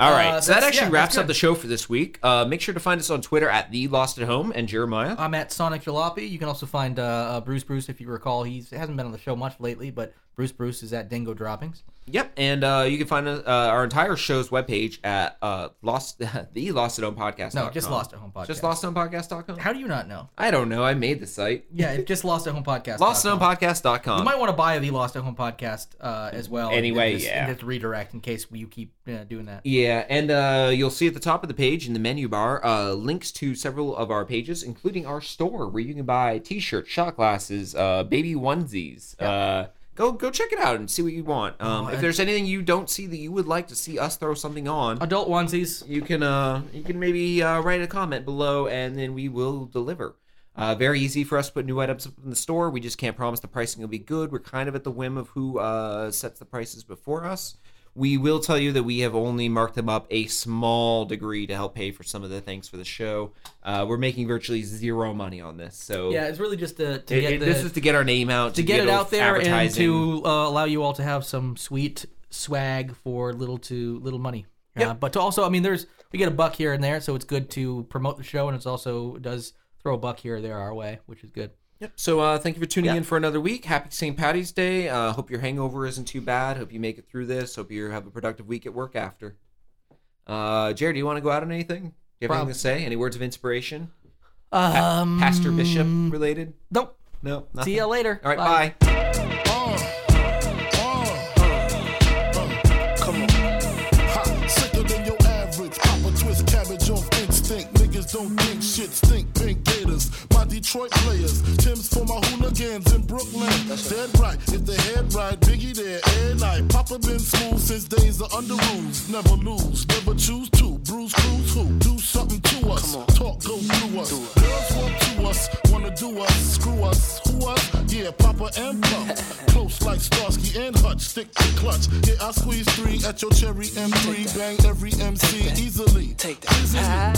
C: All right.
D: Uh,
C: so that
D: that's-
C: actually
D: yeah, that's
C: wraps up
D: good.
C: the show for this week. Uh, make sure to find us on Twitter at The Lost at Home and Jeremiah.
D: I'm at Sonic Jalopy. You can also find uh, uh, Bruce Bruce if you recall. He's hasn't been on the show much lately, but Bruce Bruce is at Dingo Droppings.
C: Yep. And uh, you can find uh, our entire show's webpage at uh, Lost, The Lost at Home Podcast.
D: No, just Lost at Home podcast.
C: Just Lost at Home Podcast.com?
D: How do you not know?
C: I don't know. I made the site.
D: Yeah, it just Lost at Home podcast.
C: Lost at Home
D: You
C: Podcast.com.
D: might want to buy the Lost at Home podcast uh, as well. and-
C: Anyway,
D: and just,
C: yeah.
D: and just redirect in case you keep uh, doing that.
C: Yeah, and uh, you'll see at the top of the page in the menu bar uh, links to several of our pages, including our store where you can buy T-shirts, shot glasses, uh, baby onesies. Uh, go go check it out and see what you want. Um, if there's anything you don't see that you would like to see us throw something on,
D: Adult onesies.
C: you can uh, you can maybe uh, write a comment below, and then we will deliver. Uh, very easy for us to put new items up in the store. We just can't promise the pricing will be good. We're kind of at the whim of who uh, sets the prices before us. We will tell you that we have only marked them up a small degree to help pay for some of the things for the show. Uh, we're making virtually zero money on this, so
D: Yeah, it's really just to, to
C: it-
D: get
C: it-
D: the,
C: this is to get our name out,
D: to get it out there and
C: advertising.
D: to uh, allow you all to have some sweet swag for little to little money. Uh, but to also, I mean, there's we get a buck here and there, so it's good to promote the show, and it's also it does throw a buck here or there our way, which is good.
C: So uh, thank you for tuning in for another week. Happy St. Patty's Day. Uh, hope your hangover isn't too bad. Hope you make it through this. Hope you have a productive week at work after. Uh, Jared, do you want to go out on anything? Do you have
D: Prob-
C: anything to say? Any words of inspiration?
D: Um,
C: Pastor Bishop related?
D: nope.
C: No.
D: See
C: nothing?
D: you later.
C: All right. bye.
H: Uh, uh, uh, come on. Don't think shit stink, pink gators. My Detroit players. Tim's for my hooligans in Brooklyn. Dead right, if they head right, Biggie there, air night. Papa been school since days of under rules. Never lose, never choose to. Bruise, cruise, who? Do something to us. Talk, go through us. Girls want to us, wanna do us. Screw us, who us? Yeah, Papa and Pump. Close like Starsky and Hutch, stick to clutch. Yeah, I squeeze three at your cherry M3. Bang every MC easily. Take that.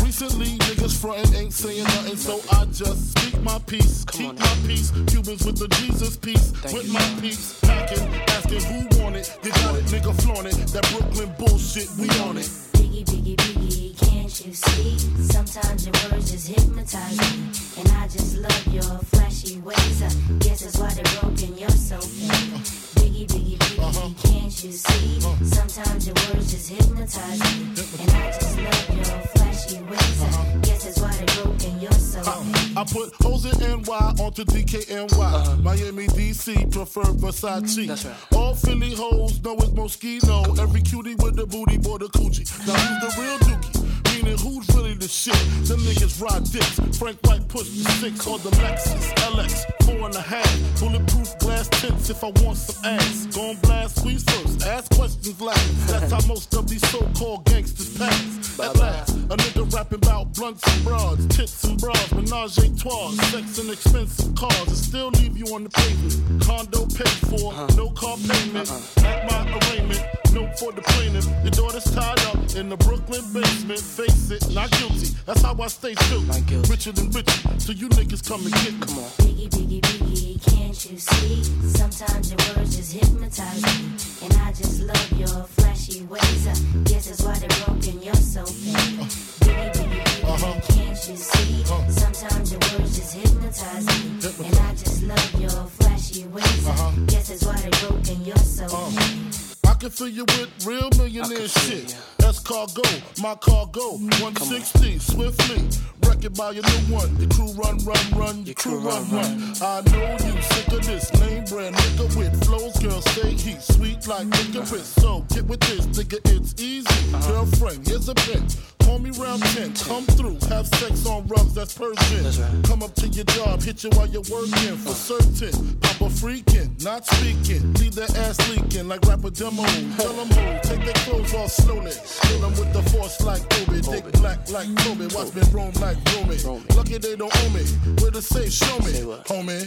H: Recently, niggas frontin' ain't saying nothing, so I just speak my peace. keep my peace. Cubans with the Jesus peace. with my peace. Packing, asking who want it. You got it, nigga, flaunt it. That Brooklyn bullshit, we on it.
I: Biggie, biggie, biggie, can't you see? Sometimes your words just hypnotize me. And I just love your flashy ways. I guess that's why they're broken, you're so fake. Biggie, biggie,
H: Uh-huh.
I: biggie, can't you see? Sometimes your words just hypnotize me. And I just love your flashy ways. I guess that's why they're broken, you're so fake.
H: Uh-huh. Uh, I put hoes in NY onto DKNY. Miami, DC, prefer Versace. All Philly hoes know it's Moschino. Every cutie with the booty, boy, the coochie. Now who's the real dookie? Meaning who's really the shit? Them niggas ride dicks. Frank White pushed the six on the Lexus LX, four and a half. Bulletproof glass tints if I want some ass. Gon' blast sweet first, ask questions last. That's how most of these so-called gangsters pass. At last, a nigga rapping about blunts and broads, tits and bras, menage a trois, sex and expensive cars, and still leave you on the pavement. Condo paid for, no car payment. At my arraignment, no for the plaintiff. Your daughter's tied up in the Brooklyn basement. Face it, not guilty. That's how I stay true. Richer than richer, so you niggas come and get me. Come on.
I: Biggie, biggie, biggie, can't you see? Sometimes your words just hypnotize me. And I just love your flashy ways. I guess that's why they're broken, you're so fake. Biggie, biggie, biggie, can't you see? Sometimes your words just hypnotize me. And I just love your flashy ways. I guess that's why they're broken, you're so fake.
H: I can fill you with real millionaire shit. That's cargo, my cargo. 160, swiftly. Wrecked by your new one. Your crew run, run, run. Your crew run, run. I know you sick of this name brand nigga with flows. Girl, say he sweet like licorice. So get with this, nigga, it's easy. Girlfriend, here's a bitch. Call me round 10, come through, have sex on rugs, that's Persian. Come up to your job, hit you while you're working, for certain. Papa freaking, not speaking, leave their ass leaking like rapper demo. Tell them who, take their clothes off slowly. Kill them with the force like Obi, dick black like Kobe, watch me roam like Roman. Lucky they don't own me, where to say, show me, homie.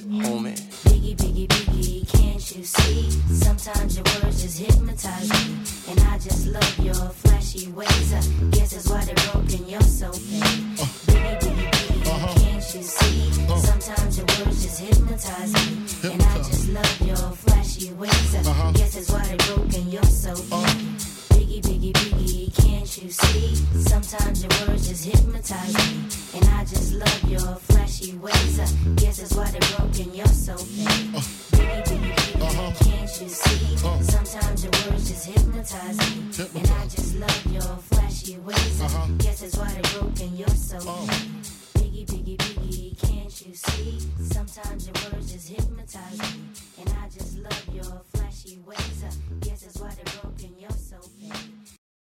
I: Biggie, biggie, biggie, can't you see? Sometimes your words just hypnotize me. And I just love your flashy ways. I guess that's why they're broken, you're so fake. Biggie, biggie, biggie, can't you see? Sometimes your words just hypnotize me. And I just love your flashy ways. I guess that's why they're broken, you're so fake. Biggie, biggie, biggie, can't you see? Sometimes your words just hypnotize me. And I just love your flashy ways. I guess that's why they're broken, you're so fake. Biggie, biggie, biggie, can't you see? Sometimes your words just hypnotize me. And I just love your flashy ways. I guess that's why they're broken, you're so fake.